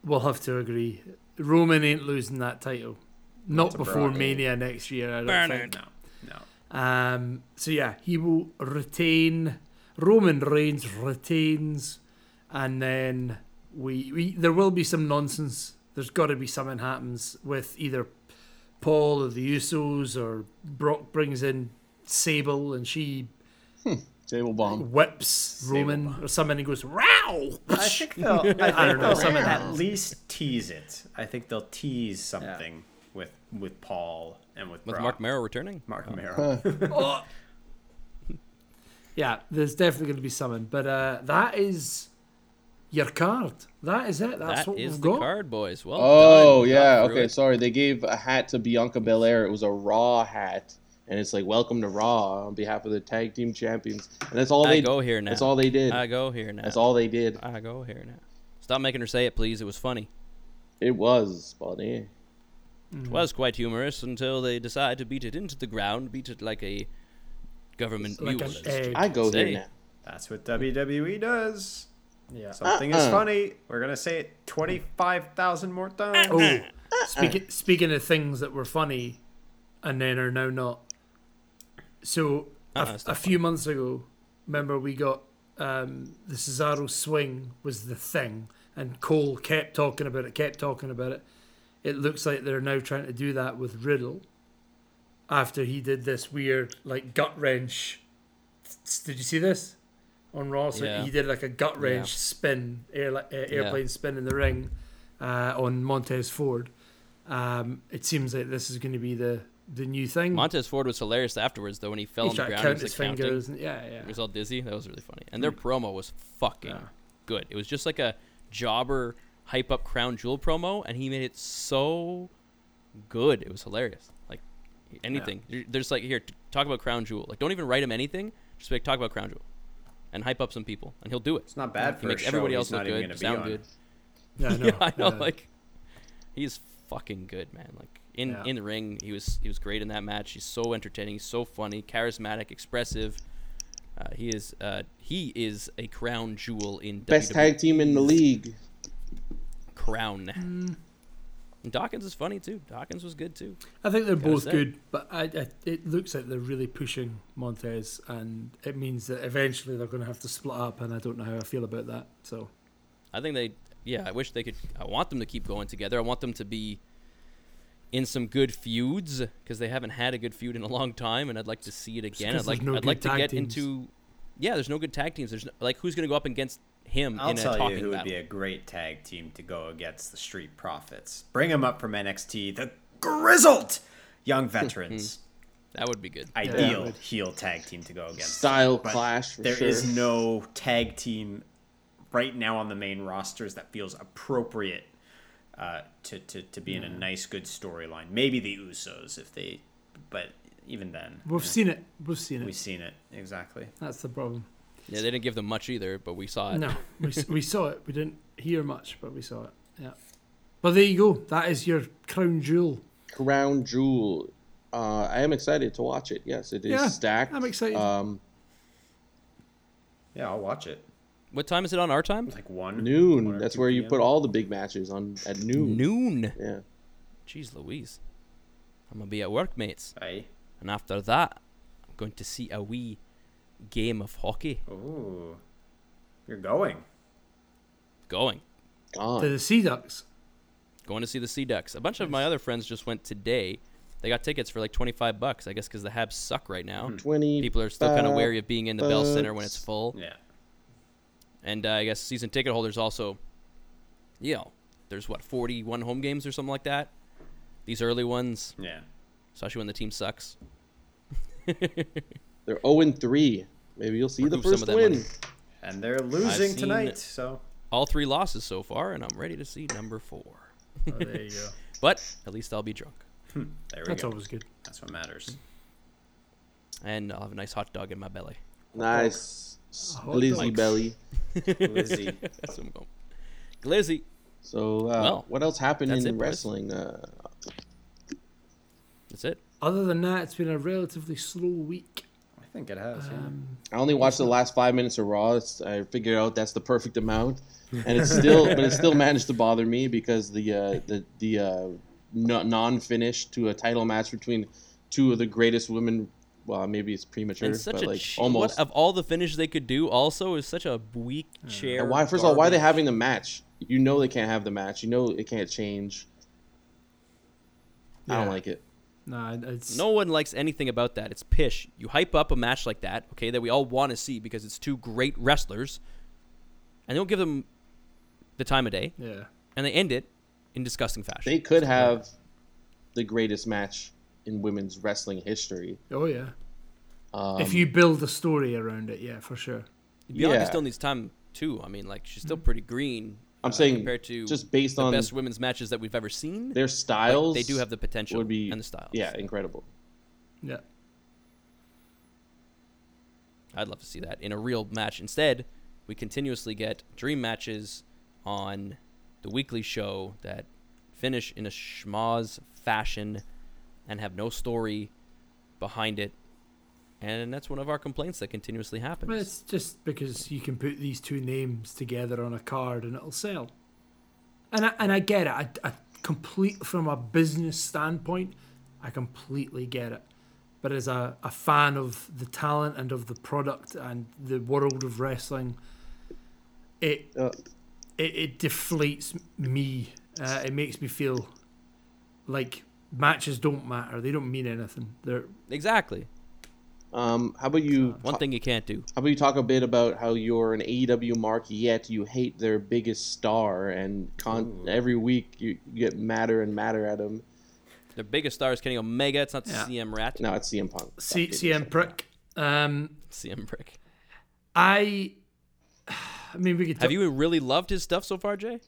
S2: will have to agree. Roman ain't losing that title. Not before
S4: Brock.
S2: Mania next year, I don't
S1: eh? Burn
S2: think.
S1: it.
S4: No, no.
S2: Um, so yeah, he will retain. Roman Reigns retains, and then we, we there will be some nonsense. There's got to be something happens with either Paul or the Usos or Brock brings in Sable and she
S3: Table bomb.
S2: whips Roman or something and goes wow.
S4: I
S2: <laughs>
S4: think they'll. I,
S2: don't
S4: think
S2: know,
S4: they'll
S2: some of that.
S4: at least tease it. I think they'll tease something with with Paul and with,
S1: With
S4: Brock.
S1: Mark Oh. Merrow returning.
S4: Mark Merrow.
S2: Yeah, there's definitely going to be something, but uh, that is your card. That is it. That's
S1: That
S2: what
S1: is
S2: we've
S1: the
S2: got.
S1: card, boys. Well
S3: Oh,
S1: done.
S3: yeah.
S1: Got through
S3: Okay,
S1: it.
S3: sorry. They gave a hat to Bianca Belair. It was a Raw hat. And it's like, welcome to Raw on behalf of the tag team champions. And that's all
S1: I
S3: they
S1: go here now.
S3: That's all they did.
S1: I go here now.
S3: That's all they did.
S1: I go here now. Stop making her say it, please. It was funny.
S3: It was funny.
S1: It was quite humorous until they decide to beat it into the ground, beat it like a government
S2: Like
S1: mule.
S2: an egg.
S3: I go
S1: Say.
S3: here now.
S4: That's what WWE does.
S2: Yeah.
S4: Something is
S3: Uh-uh.
S4: funny. We're gonna say it twenty-five thousand more times.
S2: Oh, speaking speaking of things that were funny, and then are now not. So a-
S1: Uh-uh, it's
S2: a,
S1: not
S2: few months ago, remember we got um, the Cesaro swing was the thing, and Cole kept talking about it, kept talking about it. It looks like they're now trying to do that with Riddle. After he did this weird like gut wrench, did you see this on Raw? So
S1: Yeah.
S2: he did like a gut wrench
S1: Yeah.
S2: spin, air, uh, airplane spin in the ring uh, on Montez Ford. Um, it seems like this is going to be the the new thing.
S1: Montez Ford was hilarious afterwards, though, when he fell
S2: He
S1: on the
S2: tried to
S1: ground.
S2: count
S1: he was
S2: his
S1: like, counting.
S2: fingers. Hmm. And, yeah, yeah.
S1: It was all dizzy. That was really funny. And their promo was fucking good. It was just like a jobber hype up crown jewel promo, and he made it so good. It was hilarious. Like anything. They're- They're just like, here, t- talk about crown jewel. Like, don't even write him anything. Just like talk about crown jewel, and hype up some people, and he'll do it.
S4: It's not bad
S1: He
S4: for a
S1: makes
S4: show
S1: everybody
S4: he's
S1: else
S4: not
S1: look good,
S4: even gonna be
S1: sound
S4: on.
S1: good.
S2: Yeah, I
S1: <laughs>
S2: know.
S1: yeah, I know.
S2: yeah.
S1: Like, he's fucking good, man. Like in
S2: Yeah.
S1: in the ring, he was he was great in that match. He's so entertaining, so funny, charismatic, expressive. Uh, he is uh, he is a crown jewel in
S3: Best
S1: WWE.
S3: tag team in the league.
S1: crown.
S2: Mm.
S1: And Dawkins is funny too. Dawkins was good too.
S2: I think they're both
S1: say.
S2: good, but I, I, it looks like they're really pushing Montez, and it means that eventually they're going to have to split up, and I don't know how I feel about that. So
S1: I think they, yeah, I wish they could. I want them to keep going together. I want them to be in some good feuds because they haven't had a good feud in a long time, and I'd like to see it again.
S2: 'cause
S1: I'd like,
S2: there's no
S1: I'd like
S2: good
S1: to
S2: tag
S1: get
S2: teams.
S1: into. Yeah, there's no good tag teams. There's no, like who's gonna go up against him
S4: I'll
S1: in a
S4: tell
S1: talking
S4: you who would
S1: battle?
S4: be a great tag team to go against the Street Profits. Bring them up from NXT, the grizzled
S1: <laughs>
S4: young veterans.
S1: that would be good.
S4: Ideal heel tag team to go against.
S3: Style
S4: But
S3: clash for
S4: There is
S3: sure.
S4: no tag team right now on the main rosters that feels appropriate uh, to, to, to be in
S3: Mm.
S4: a nice, good storyline. Maybe the Usos, if they, but even then,
S2: we've seen it. We've seen it.
S4: we've seen it exactly.
S2: That's
S1: <laughs>
S2: the problem.
S1: Yeah, they didn't give them much either, but we saw it.
S2: No, we, s- we saw it. We didn't hear much, but we saw it. Yeah. But there you go. That is your crown jewel.
S3: Crown Jewel. Uh, I am excited to watch it. Yes, it is
S2: Yeah,
S3: stacked.
S2: I'm excited.
S3: Um,
S4: Yeah, I'll watch it.
S1: What time is it on our time?
S4: Like one
S3: noon.
S4: one or
S3: That's
S4: 2
S3: where you
S4: PM.
S3: put all the big matches on at noon.
S1: Noon.
S3: Yeah.
S1: Jeez Louise. I'm gonna be at work, mates.
S4: Aye.
S1: And after that, I'm going to see a wee game of hockey
S4: Ooh, you're going.
S1: going.
S2: To
S3: Gone.
S2: the Sea Ducks.
S1: going to see the Sea Ducks. A bunch of my other friends just went today. They got tickets for like 25 bucks, I guess, because the Habs suck right now.
S3: Twenty.
S1: People are still kind of
S3: five
S1: wary of being in the Bell Center when
S3: bucks.
S1: it's full.
S4: Yeah.
S1: And uh, I guess season ticket holders also, you know, there's what, 41 home games or something like that? These early ones,
S4: Yeah.
S1: especially when the team sucks. <laughs>
S3: They're zero and three. Maybe you'll see the
S1: Recoup some
S3: first
S1: of that
S3: win.
S1: money.
S4: And they're losing
S1: seen-
S4: tonight, so
S1: All three losses so far, and I'm ready to see number four.
S2: Oh, there you go.
S1: But at least I'll be drunk.
S4: there we
S2: That's
S4: go.
S2: always good.
S4: That's
S3: <laughs>
S4: what matters.
S1: And I'll have a nice hot dog in my belly. <laughs>
S3: Nice.
S2: hot
S3: Splizzy
S2: dogs.
S3: belly.
S4: Lizzie.
S1: That's what I'm going. Glizzy.
S3: So uh,
S1: Well,
S3: what else happened
S1: that's
S3: in
S1: it, boys.
S3: wrestling? Uh,
S1: That's it.
S2: Other than that, it's been a relatively slow week.
S4: I think it has. Yeah.
S3: I only watched the last five minutes of Raw. It's- I figured out that's the
S1: <laughs>
S3: perfect amount, and it's still, but it still managed to bother me because the uh, the the uh, no- non-finish to a title match between two of the greatest women. Well, maybe it's premature,
S1: and such
S3: but
S1: a
S3: like
S1: che-
S3: almost.
S1: What, of all the finishes they could do, also is such a weak chair.
S3: And why? First of all, why are they
S1: garbage.
S3: having the match? You know they can't have the match. You know it can't change. I don't
S2: Yeah.
S3: like it.
S2: Nah, it's
S1: No one likes anything about that. It's pish. You hype up a match like that, okay, that we all want to see because it's two great wrestlers, and they don't give them the time of day,
S2: Yeah.
S1: and they end it in disgusting fashion.
S3: They could have the greatest match in women's wrestling history.
S2: Oh yeah.
S3: Um,
S2: if you build a story around it, yeah, for sure.
S1: Bianca
S3: yeah.
S1: still needs time too. I mean, like she's still pretty green.
S3: I'm
S1: uh,
S3: saying
S1: compared to
S3: Mm-hmm. just based
S1: the
S3: on
S1: best women's matches that we've ever seen,
S3: their styles,
S1: they do have the potential
S3: would be
S1: and the styles.
S3: Yeah, incredible.
S2: Yeah.
S1: I'd love to see that in a real match. Instead, we continuously get dream matches on the weekly show that finish in a schmoz fashion and have no story behind it. And that's one of our complaints that continuously happens.
S2: Well, it's just because you can put these two names together on a card and it'll sell. And I, and I get it. I, I complete from a business standpoint, I completely get it. But as a, a fan of the talent and of the product and the world of wrestling, it
S3: Uh.
S2: it, it deflates me. Uh, it makes me feel like matches don't matter. They don't mean anything. They're
S1: exactly.
S3: Um, how about you?
S1: One thing you can't do.
S3: How about you talk a bit about how you're an AEW mark, yet you hate their biggest star, and con- every week you you get madder and madder at him.
S1: Their biggest star is Kenny Omega. It's not
S2: Yeah.
S1: CM Rat.
S3: No, it's CM Punk.
S2: C-
S3: Fuck it.
S2: CM Prick. Um,
S1: CM Brick.
S2: I, <sighs> I mean, we could.
S1: Have you really loved his stuff so far, Jay?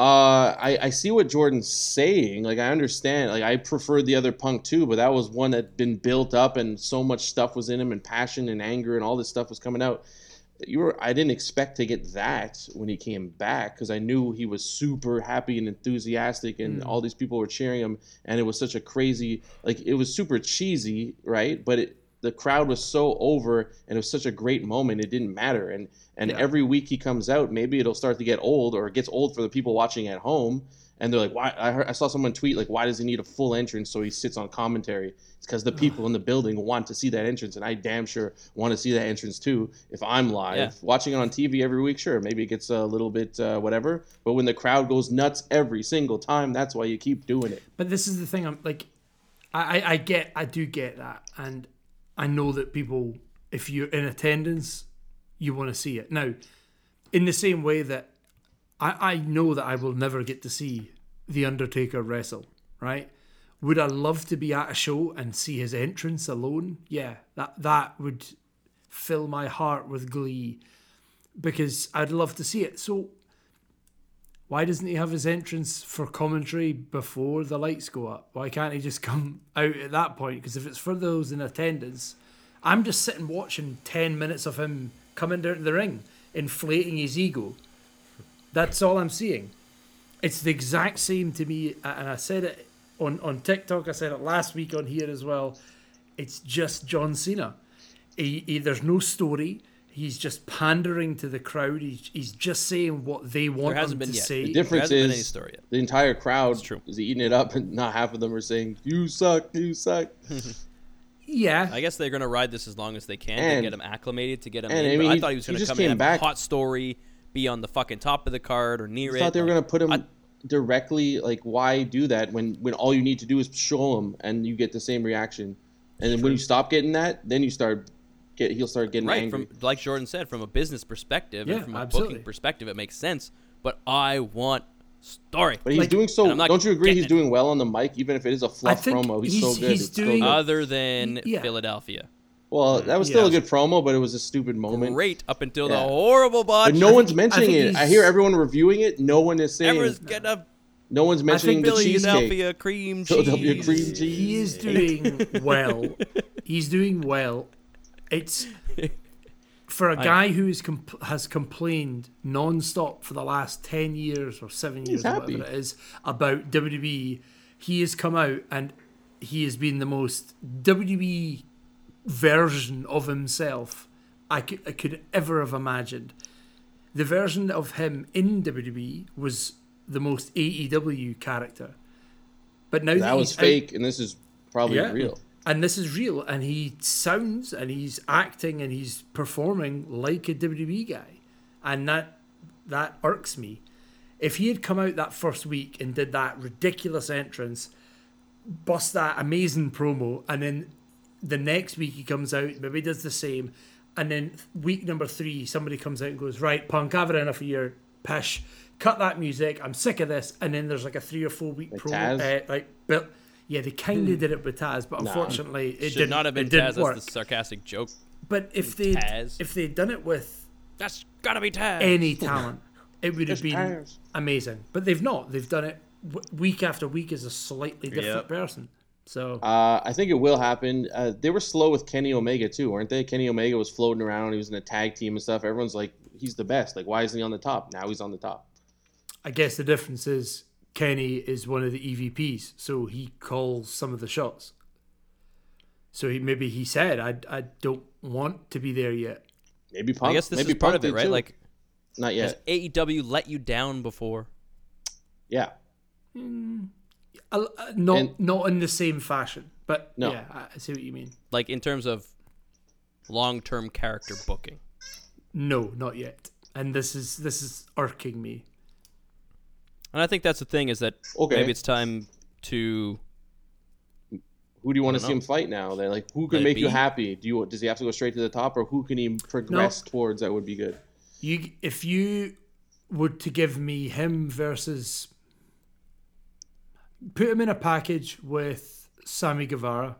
S3: Uh, I, I see what Jordan's saying. Like, I understand. Like, I preferred the other Punk too, but that was one that had been built up, and so much stuff was in him, and passion and anger, and all this stuff was coming out. You were. I didn't expect to get that when he came back because I knew he was super happy and enthusiastic, and all these people were cheering him, and it was such a crazy. Like, it was super cheesy, right? But it. The crowd was so over, and it was such a great moment. It didn't matter, and and every week he comes out, maybe it'll start to get old or it gets old for the people watching at home. And they're like, why? I, heard, I saw someone tweet, like, why does he need a full entrance so he sits on commentary? It's because the people in the building want to see that entrance. And I damn sure want to see that entrance too if I'm live.
S1: Yeah.
S3: Watching it on TV every week, sure, maybe it gets a little bit uh, whatever. But when the crowd goes nuts every single time, that's why you keep doing it.
S2: But this is the thing. I'm like, I, I, I get, I do get that, and I know that people, if you're in attendance, you want to see it. Now, in the same way that I, I know that I will never get to see the Undertaker wrestle, right? Would I love to be at a show and see his entrance alone? Yeah, that that would fill my heart with glee because I'd love to see it. So why doesn't he have his entrance for commentary before the lights go up? Why can't he just come <laughs> out at that point? Because if it's for those in attendance, I'm just sitting watching 10 minutes of him coming down to the ring, inflating his ego. That's all I'm seeing. It's the exact same to me, a- and I said it on, on TikTok, I said it last week on here as well. It's just John Cena. He, he, there's no story. He's just pandering to the crowd. He's, he's just saying what they want
S1: hasn't
S2: him
S1: been
S2: to
S1: yet.
S2: say.
S3: The difference
S1: hasn't been
S3: is
S1: any story yet.
S3: the entire crowd
S1: true.
S3: is eating it up, and not half of them are saying, You suck, you suck.
S2: Yeah,
S1: I guess they're going to ride this as long as they can
S3: And-
S1: to get him acclimated, to get him
S3: and,
S1: in.
S3: I
S1: but I
S3: mean,
S1: thought he was
S3: he
S1: going to
S3: just
S1: come in
S3: came
S1: and have a
S3: back-
S1: hot story, be on the fucking top of the card or near
S3: I
S1: it.
S3: thought they were
S1: like-
S3: gonna put him
S1: I-
S3: directly. Like, why do that when when all you need to do is show him and you get the same reaction, and then when you stop getting that, then you start get he'll start getting
S1: right
S3: angry.
S1: from like jordan said from a business perspective and
S2: Yeah,
S1: from a
S2: absolutely.
S1: booking perspective it makes sense but i want story
S3: but he's
S2: like-
S3: doing
S1: and
S3: so.
S1: I'm not
S3: Don't you agree?
S1: getting
S3: He's
S1: it.
S3: doing well on the mic, even if it is a fluff
S2: think
S3: promo. He's,
S2: he's-
S3: so good.
S2: he's
S3: it's so
S2: doing-
S3: good.
S1: other than
S2: Yeah.
S1: philadelphia
S3: well, that was still a
S2: Yeah.
S3: good promo, but it was a stupid moment.
S1: great up until the
S3: Yeah.
S1: horrible botch
S3: But no one's mentioning
S2: think
S3: it. I
S2: he's-
S3: hear everyone reviewing it. No one is saying.
S1: Everyone's gonna
S3: No one's mentioning the cheesecake.
S1: Philadelphia cream cheese.
S3: Philadelphia cream cheese.
S2: he is doing well. <laughs> He's doing well. It's <laughs> for a guy who is compl- has complained non-stop for the last 10 years or 7 years or
S3: happy.
S2: whatever it is about WWE he has come out and he has been the most WWE version of himself I could, I could ever have imagined the version of him in WWE was the most AEW character but now
S3: That was
S2: he's out-
S3: fake, and this is probably
S2: Yeah.
S3: real.
S2: and this is real and he sounds and he's acting and he's performing like a WWE guy and that that irks me if he had come out that first week and did that ridiculous entrance bust that amazing promo and then the next week he comes out maybe does the same and then week number 3 somebody comes out and goes right punk I've had enough of your pish cut that music I'm sick of this and then there's like a 3 or 4 week promo
S3: Taz?
S2: uh, like but yeah, they kind of did it with Taz, but unfortunately, it
S1: Hmm. Should
S2: didn't,
S1: not have been
S2: it didn't
S1: Taz.
S2: work.
S1: That's the sarcastic joke.
S2: but if they
S1: Taz.
S2: if they'd done it with
S1: That's gotta be Taz.
S2: any talent, it would have been
S3: Taz.
S2: amazing. But they've not. They've done it w- week after week as a slightly different
S4: Yep.
S2: person. So
S3: Uh, I think it will happen. Uh, they were slow with Kenny Omega too, weren't they? Kenny Omega was floating around. He was in a tag team and stuff. Everyone's like, he's the best. Like, why isn't he on the top? Now he's on the top.
S2: I guess the difference is Kenny is one of the EVPs, so he calls some of the shots. So he, maybe he said, "I I don't want to be there yet."
S3: Maybe Punk.
S1: I guess this
S3: maybe
S1: is part
S3: Punk
S1: of it,
S3: did
S1: right?
S3: too.
S1: Like,
S3: not
S1: has
S3: yet.
S1: AEW E let you down before?
S3: Yeah.
S2: Uh, uh, not
S3: And-
S2: not in the same fashion, but
S3: No.
S2: yeah, I, I see what you mean.
S1: Like in terms of long-term character booking.
S2: No, not yet. And this is this is irking me.
S1: And I think that's the thing is that
S3: Okay.
S1: maybe it's time to
S3: Who do you want to
S1: don't
S3: see him fight now? They're like, who
S1: Let
S3: can
S1: it
S3: make you
S1: be.
S3: happy? Do you does he have to go straight to the top, or who can he progress towards? That would be good.
S2: You if you were to give me him versus put him in a package with Sammy Guevara,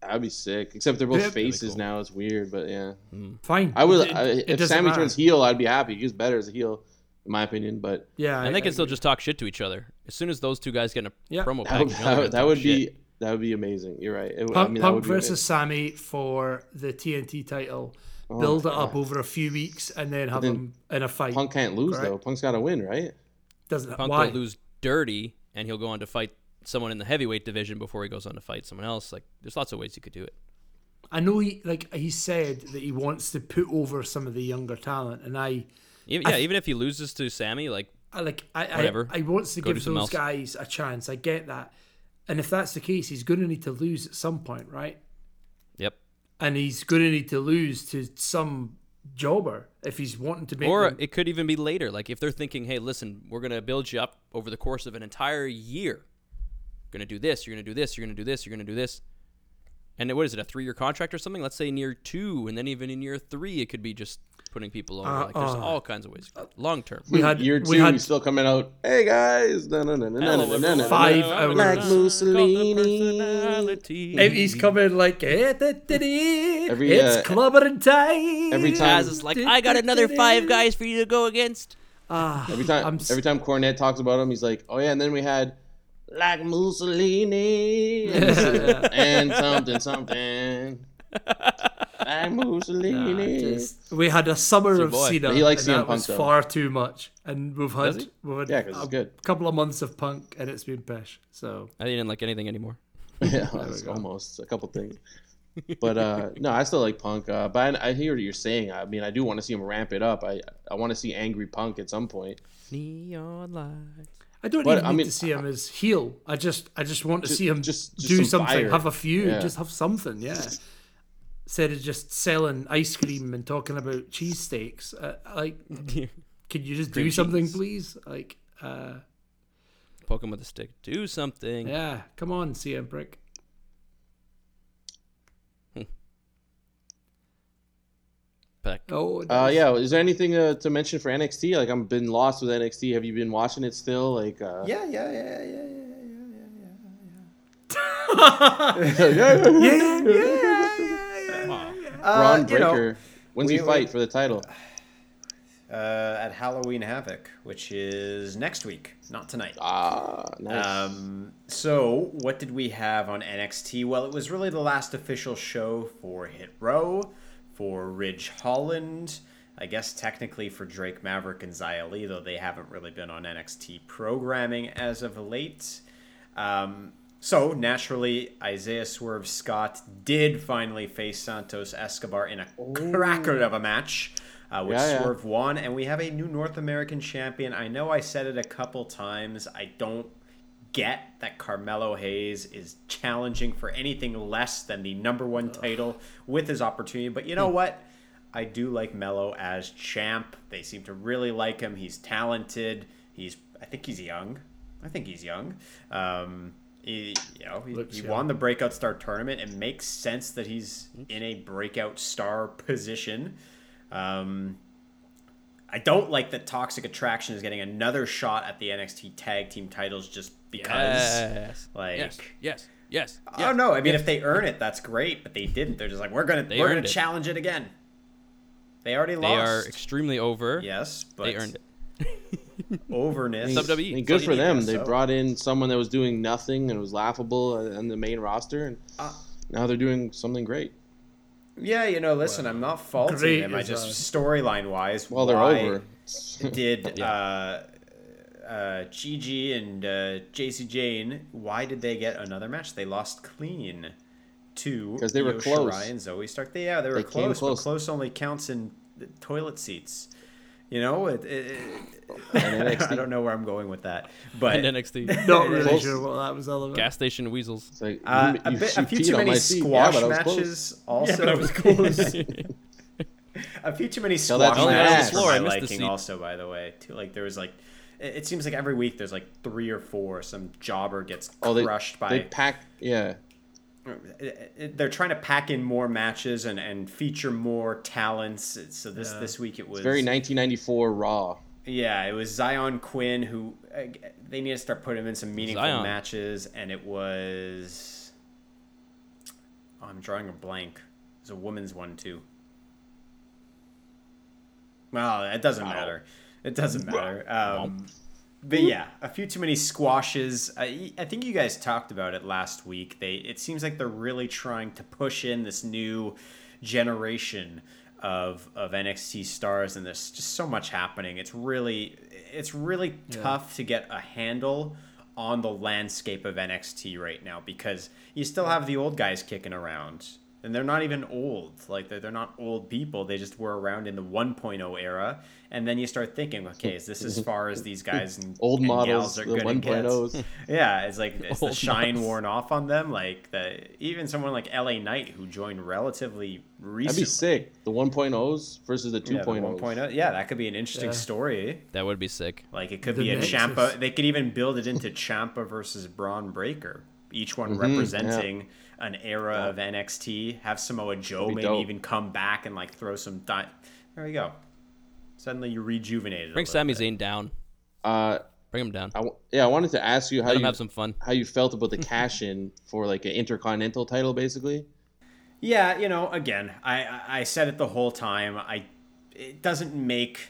S3: That'd be sick. Except they're both
S2: That'd be
S3: faces
S1: cool.
S3: now. It's weird, but yeah.
S2: fine.
S3: I would.
S2: It-
S3: I,
S2: it
S3: if
S2: doesn't
S3: Sammy
S2: matter.
S3: turns heel, I'd be happy. He's better as a heel, in my opinion. But
S2: yeah,
S1: and
S2: I-
S1: they can
S2: I
S1: still
S2: agree.
S1: just talk shit to each other. As soon as those two guys get in a
S2: Yeah.
S1: promo
S3: that, would-
S1: package,
S3: that, would- <laughs> that would be that would be amazing. You're right. It, would- I
S2: Punk,
S3: mean, that
S2: Punk
S3: would be
S2: versus
S3: amazing.
S2: Sammy for the TNT title.
S3: Oh
S2: build it up over a few weeks and then have
S3: then
S2: him in a fight.
S3: Punk can't lose
S2: Correct.
S3: though. Punk's got to win, right?
S2: Doesn't
S1: Punk
S2: why?
S1: will lose dirty, and he'll go on to fight someone in the heavyweight division before he goes on to fight someone else. Like, there's lots of ways you could do it.
S2: I know he like he said that he wants to put over some of the younger talent, and I,
S1: Even, yeah, even if he loses to Sammy, like,
S2: I like I
S1: Whatever.
S2: I, I wants to
S1: Go do
S2: give those
S1: something else.
S2: guys a chance. I get that, and if that's the case, he's going to need to lose at some point, right?
S1: yep.
S2: And he's going to need to lose to some jobber if he's wanting to make.
S1: Or
S2: them-
S1: it could even be later. Like, if they're thinking, hey, listen, we're going to build you up over the course of an entire year. Going to do this, you're going to do this, you're going to do this, you're going to do this. And what is it, a three year contract or something? Let's say in year two, and then even in year three, it could be just putting people over.
S2: Uh,
S1: like, there's
S2: uh.
S1: all kinds of ways. Long term.
S2: we had
S3: Year
S2: we
S3: two,
S2: had
S3: he's still coming out. Hey guys, no, no, no, no, no, no, no, no.
S2: Five hours.
S3: Black
S2: Cult of
S3: Mussolini.
S2: If he's coming like eh, da, da, da,
S3: Every,
S2: it's
S3: uh,
S2: clobbering time.
S3: every time-
S1: Taz is like, I got another five guys for you to go against.
S2: Ah.
S3: <laughs> Every time,
S2: I'm s-
S3: every time Cornette talks about him, he's like, "Oh yeah," and then we had like
S2: <laughs>
S3: Mussolini uh, and something, something. Like Mussolini.
S2: Just- we had a summer of
S1: boy.
S2: Cena.
S3: He likes
S2: and
S3: CM
S2: that was
S3: Punk, though.
S2: far too much, and we've had
S1: he?
S2: we've had
S3: Yeah, 'cause
S2: a
S3: it's good.
S2: couple of months of Punk, and it's been pish. So
S1: I didn't like anything anymore.
S3: <laughs> yeah, that's almost a couple things. But uh, no, I still like Punk. Uh, but I, I hear what you're saying. I mean, I do want to see him ramp it up. I I want to see angry Punk at some point.
S1: Neon lights.
S2: I don't
S3: But,
S2: even
S3: I
S2: need
S3: mean,
S2: to see him as heel. I just I just want to see him
S3: just- just
S2: do
S3: some
S2: something,
S3: fire.
S2: have a feud,
S3: Yeah.
S2: just have something. Yeah. Instead of just selling ice cream and talking about cheesesteaks, uh, like, can you just do something, please? Like, uh,
S1: <laughs> Poke him with a stick. Do something.
S2: yeah, come on, CM Brick.
S1: Peck.
S2: Oh,
S3: Uh, yeah, is there anything uh, to mention for NXT? Like, I've been lost with NXT. Have you been watching it still? Like, uh,
S4: Yeah, yeah, yeah, yeah, yeah, <laughs>
S3: Braun
S4: Uh, you know,
S3: Breaker. When's he
S4: we-
S3: fight for the title?
S4: uh, at Halloween Havoc, which is next week, not tonight.
S3: Ah, nice.
S4: Um, so, what did we have on NXT? Well, it was really the last official show for Hit Row, for Ridge Holland, I guess technically for Drake Maverick and Xia Li, though they haven't really been on NXT programming as of late. Um, so, naturally, Isaiah Swerve Scott did finally face Santos Escobar in a cracker of a match. Uh, which
S3: Oh. Yeah, yeah.
S4: Swerve won, and we have a new North American champion. I know I said it a couple times. I don't get that Carmelo Hayes is challenging for anything less than the number one title with his opportunity. But you know what? I do like Mello as champ. They seem to really like him. He's talented. He's I think he's young. I think he's young. Um, he, you know, he, he won the breakout star tournament. It makes sense that he's in a breakout star position. Um, I don't like that Toxic Attraction is getting another shot at the NXT Tag Team titles just because.
S1: Yes.
S4: Like,
S1: Yes. Yes. Yes.
S3: Oh,
S4: I don't know. I mean, if they earn it, that's great. But they didn't. They're just like, we're gonna
S1: They
S4: we're gonna
S1: earned it.
S4: challenge it again. They already
S1: They are
S4: lost.
S1: extremely over.
S4: yes, but
S1: They earned it. E.
S4: Overness.
S1: WWE.
S3: I mean, good
S1: So
S3: for
S1: you need-
S3: them.
S4: guess
S3: They
S4: so.
S3: brought in someone that was doing nothing and was laughable on the main roster, and
S4: Uh,
S3: now they're doing something great.
S4: Yeah, you know. Listen, I'm not faulting
S2: great
S4: them. I
S2: is,
S4: just
S2: uh,
S4: storyline wise. <laughs>
S3: Well, they're
S4: why
S3: over.
S4: Did uh, uh, Gigi and uh, JC Jane, why did they get another match? They lost clean to
S3: 'Cause they were
S4: Io
S3: close.
S4: Shirai and Zoe Stark. They, yeah, they were
S3: They came
S4: close,
S3: close.
S4: but close only counts in toilet seats. You know, it, it, it,
S3: NXT.
S4: <laughs> I don't know where I'm going with that, but
S1: And
S3: <laughs>
S1: NXT.
S2: Not really
S3: Close.
S2: sure what that was all about.
S1: Gas station weasels.
S3: It's like,
S4: Uh,
S3: you-
S4: a,
S3: you-
S4: bit,
S3: you
S4: a few
S3: peed
S4: too
S3: on
S4: many
S3: my seat.
S4: squash
S3: yeah, but I was close.
S4: matches. Also,
S2: but I was close.
S4: <laughs> a few <laughs> too many
S3: Tell
S4: squash
S3: that to Matt.
S4: matches
S3: Oh,
S4: for
S3: I
S4: my
S1: missed the
S4: liking.
S1: seat.
S4: Also, by the way, too, like there was like, it, it seems like every week there's like three or four. Some jobber gets
S3: Oh, they,
S4: crushed by.
S3: they pack. Yeah,
S4: it- it- they're trying to pack in more matches and, and feature more talents. So this this week it was
S3: very 1994 Raw.
S4: Yeah, it was Zion Quinn who uh, they need to start putting him in some meaningful
S1: Zion.
S4: matches, and it was. Oh, I'm drawing a blank. It was a woman's one too. Well, it doesn't matter. It doesn't matter. Um, but yeah, a few too many squashes. I, I think you guys talked about it last week. They it seems like they're really trying to push in this new generation of of NXT stars, and there's just so much happening. It's really it's really tough to get a handle on the landscape of NXT right now because you still have the old guys kicking around. And they're not even old. Like, they're, they're not old people. They just were around in the 1.0 era. And then you start thinking, okay, is this as far as these guys and
S3: Old
S4: and
S3: models,
S4: gals are
S3: the
S4: gonna get?
S3: 1.0s.
S4: <laughs> Yeah, it's
S3: <laughs>
S4: like it's the
S1: Old
S4: shine
S1: models.
S4: worn off on them. Like the even someone like LA Knight who joined relatively recently.
S3: That'd be sick. The 1.0s versus the 2.0s.
S4: Yeah, the 1.0. Yeah, that could be an interesting
S2: Yeah.
S4: story.
S1: That would be sick.
S4: Like it could
S2: The
S4: be a
S2: Nexus.
S4: Champa. They could even build it into Champa versus Braun Breaker. Each one
S3: Mm-hmm, yeah.
S4: representing an era of NXT. Have Samoa Joe
S3: be
S4: maybe
S3: dope.
S4: even come back and like throw some. Di- there we go. Suddenly you rejuvenated. a
S1: Bring
S4: little
S1: Sami
S4: bit.
S1: Zayn down.
S4: oh.
S3: Uh,
S1: Bring him down.
S3: I, wa- yeah, I wanted to ask you how
S1: Let him
S3: you
S1: have some fun.
S3: how you felt about the cash in for like an intercontinental title, basically.
S4: Yeah, you know, again, I- I I said it the whole time. I it doesn't make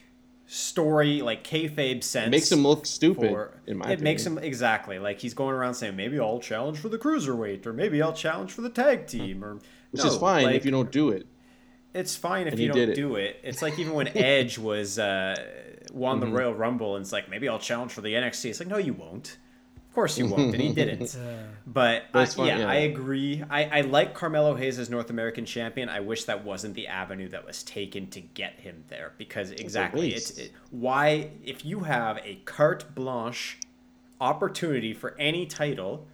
S4: story like kayfabe sense.
S3: It makes him look stupid.
S4: for
S3: in my
S4: it makes
S3: opinion.
S4: him exactly like he's going around saying maybe I'll challenge for the cruiserweight or maybe I'll challenge for the tag team or
S3: which is fine if you don't do it.
S4: It's fine if
S3: And
S4: you
S3: he
S4: don't
S3: did it.
S4: do it. It's like even when
S3: <laughs>
S4: Edge was uh, won
S3: Mm-hmm.
S4: the Royal Rumble and it's like maybe I'll challenge for the NXT. It's like no, you won't. Of course you won't, and
S3: <laughs>
S4: he didn't. But I,
S3: That's fine,
S4: yeah,
S3: yeah.
S4: I agree. I, I like Carmelo Hayes as North American champion. I wish that wasn't the avenue that was taken to get him there because exactly it's
S3: waste.
S4: it, why if you have a carte blanche opportunity for any title,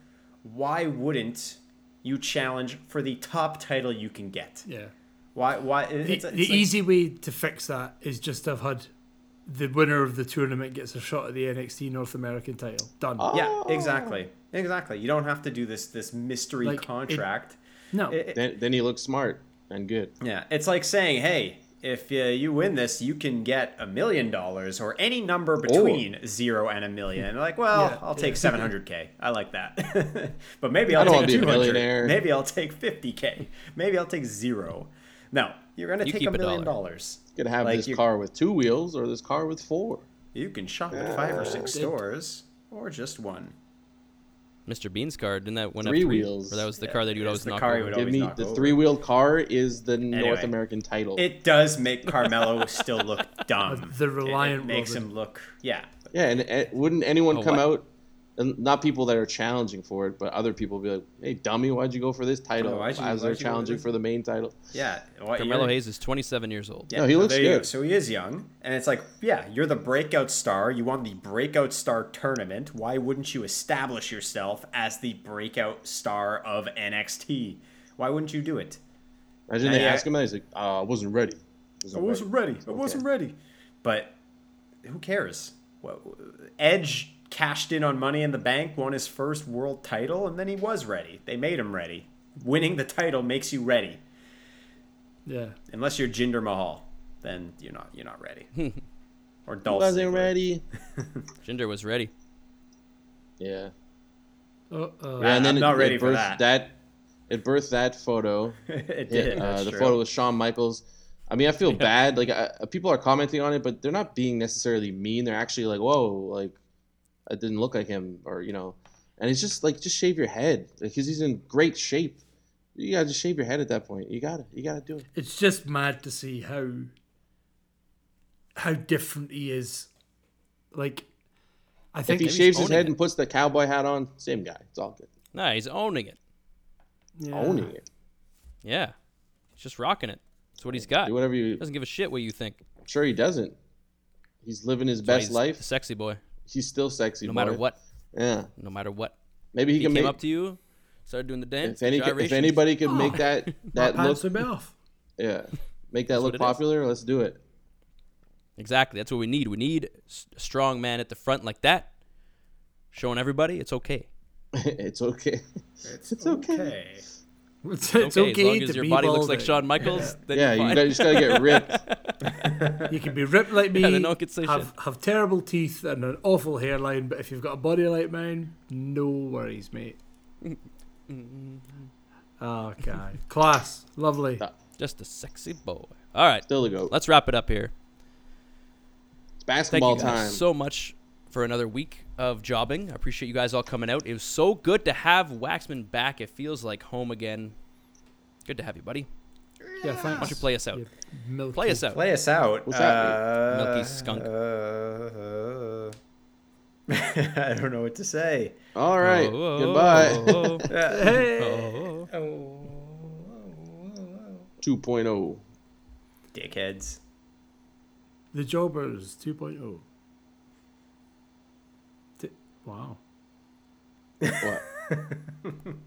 S4: why wouldn't you challenge for the top title you can get?
S2: Yeah.
S4: Why? Why?
S2: The,
S4: It's,
S2: the easy way to fix that is just to have had the winner of the tournament gets a shot at the NXT North American title. Done.
S3: Ah.
S4: Yeah,
S3: Oh.
S4: exactly, exactly. You don't have to do this this mystery
S2: Like, it-
S4: contract.
S2: no.
S4: it-
S3: Then, then he looks smart and good.
S4: yeah, it's like saying, hey, if uh, you win this, you can get a million dollars or any number between zero and a million.
S3: <laughs>
S4: And they're like, well,
S2: Yeah,
S4: I'll take
S2: yeah.
S4: seven hundred k. I like that. <laughs> but maybe
S3: I
S4: I'll
S3: don't
S4: take
S3: wanna be a
S4: two hundred.
S3: millionaire.
S4: Maybe I'll take fifty k. Maybe I'll take zero. No, you're gonna
S1: You
S4: take
S1: keep
S4: a
S1: a
S4: million
S1: dollar.
S4: dollars.
S3: You could have
S4: Like
S3: this
S4: you- Oh,
S3: car with two wheels or this car with four.
S4: You can shop at five or six stores or just one.
S1: Mr. Bean's car didn't that went
S3: Three
S1: up three
S3: wheels.
S1: Or that was the car that you'd
S4: it's
S1: always
S4: the
S1: knock
S4: car you
S1: over.
S4: would
S3: Give
S4: always
S3: me
S4: knock
S3: the
S4: over.
S3: three wheel car is the North
S4: Anyway.
S3: American title.
S4: It does make Carmelo
S2: <laughs>
S4: still look dumb.
S2: The
S4: It-
S2: Reliant
S4: it, makes
S2: Robin.
S4: him look yeah.
S3: yeah, and and wouldn't anyone
S4: Oh,
S1: A
S3: come
S1: what?
S3: out? And not people that are challenging for it, but other people be like, "Hey, dummy, why'd you go for this title?"
S4: Oh, why'd you-
S3: As they're
S4: why'd you go for
S3: challenging
S4: this?
S3: for the main title.
S4: Yeah. What,
S1: Carmelo
S4: you're-
S1: Hayes is 27 years old.
S4: Yeah,
S3: No, he looks
S4: there you
S3: good.
S4: go. So he is young, and it's like, yeah, you're the breakout star. You won the breakout star tournament. Why wouldn't you establish yourself as the breakout star of NXT? Why wouldn't you do it?
S3: Imagine
S4: Yeah,
S3: they
S4: yeah.
S3: ask him, and he's like, "Uh, "I wasn't ready." Wasn't ready.
S4: ready. I wasn't ready. But who cares? What- Edge cashed in on Money in the Bank, won his first world title, and then he was ready. They made him ready. Winning the title makes you ready.
S2: Yeah.
S4: Unless you're Jinder Mahal, then you're not you're not ready. or Dolph.
S3: Hmm. Wasn't
S4: Ziggler.
S3: ready.
S1: Jinder was ready.
S3: Yeah.
S2: Oh, uh,
S4: Yeah.
S3: and then
S4: I'm
S3: it,
S4: not
S3: it
S4: ready for
S3: birthed
S4: that.
S3: It birthed that photo.
S4: <laughs> it
S3: Yeah,
S4: did.
S3: uh,
S4: that's
S3: the
S4: true.
S3: photo with Shawn Michaels. I mean, I feel bad. Like I, people are commenting on it, but they're not being necessarily mean. They're actually like, "Whoa, like it didn't look like him," or you know. And it's just like, just shave your head because he's in great shape. You gotta just shave your head at that point. You gotta, you gotta do it.
S2: it's just mad to see how how different he is. Like, I
S3: If
S2: think
S3: he shaves his
S1: owning
S3: head
S1: it.
S3: and puts the cowboy hat on, same guy. It's all good.
S1: No, he's owning it.
S2: yeah.
S3: Owning it.
S1: Yeah, he's just rocking it. That's what he's got.
S3: Do whatever you.
S1: Doesn't give a shit what you think.
S3: I'm sure he doesn't. He's living his
S1: Why
S3: best
S1: he's a
S3: life.
S1: sexy boy.
S3: He's still sexy.
S1: No matter
S3: boy.
S1: what,
S3: Yeah.
S1: no matter what.
S3: Maybe he,
S1: He
S3: can
S1: came
S3: make.
S1: up to you, started doing the dance.
S3: if, any,
S1: the
S3: if
S1: gyrations.
S3: anybody could make that that
S2: Pants
S3: look,
S2: would be off.
S3: yeah, make
S1: what
S3: that
S1: it
S3: look
S1: is.
S3: popular, let's do it. <laughs>
S1: Exactly. That's what we need. We need s- a strong man at the front like that, showing everybody it's okay.
S3: it's okay.
S4: It's,
S3: okay.
S2: <laughs> It's,
S1: as
S2: it's okay,
S1: long
S2: to
S1: as your
S2: be
S1: body looks
S2: balding.
S1: like Shawn Michaels. Then
S3: Yeah,
S1: you're
S3: you
S1: fine.
S3: gotta- just
S1: <laughs>
S3: gotta get ripped.
S2: You can be ripped like me.
S1: Yeah, then no one can say
S2: have have terrible teeth and an awful hairline, but if you've got a body like mine, no worries,
S1: <laughs>
S2: mate. okay, class, lovely.
S1: Just a sexy boy. All right,
S3: Still the goat.
S1: let's wrap it up here.
S3: It's
S1: Thank
S3: basketball
S1: you guys
S3: time.
S1: so much for another week of jobbing. I appreciate you guys all coming out. It was so good to have Waxman back. It feels like home again. Good to have you, buddy.
S2: Yeah,
S1: Why don't
S2: thanks.
S1: you play us out?
S2: Milky.
S1: Play us out.
S4: Play us out.
S3: What's that,
S1: Milky skunk.
S4: uh, uh, <laughs> I don't know what to say.
S3: All right.
S1: Oh, oh,
S3: Goodbye.
S1: oh, oh, oh,
S4: Uh,
S1: oh.
S3: Two point oh.
S4: Dickheads.
S2: The Jobbers oh. 2.0. Di- Wow.
S3: What?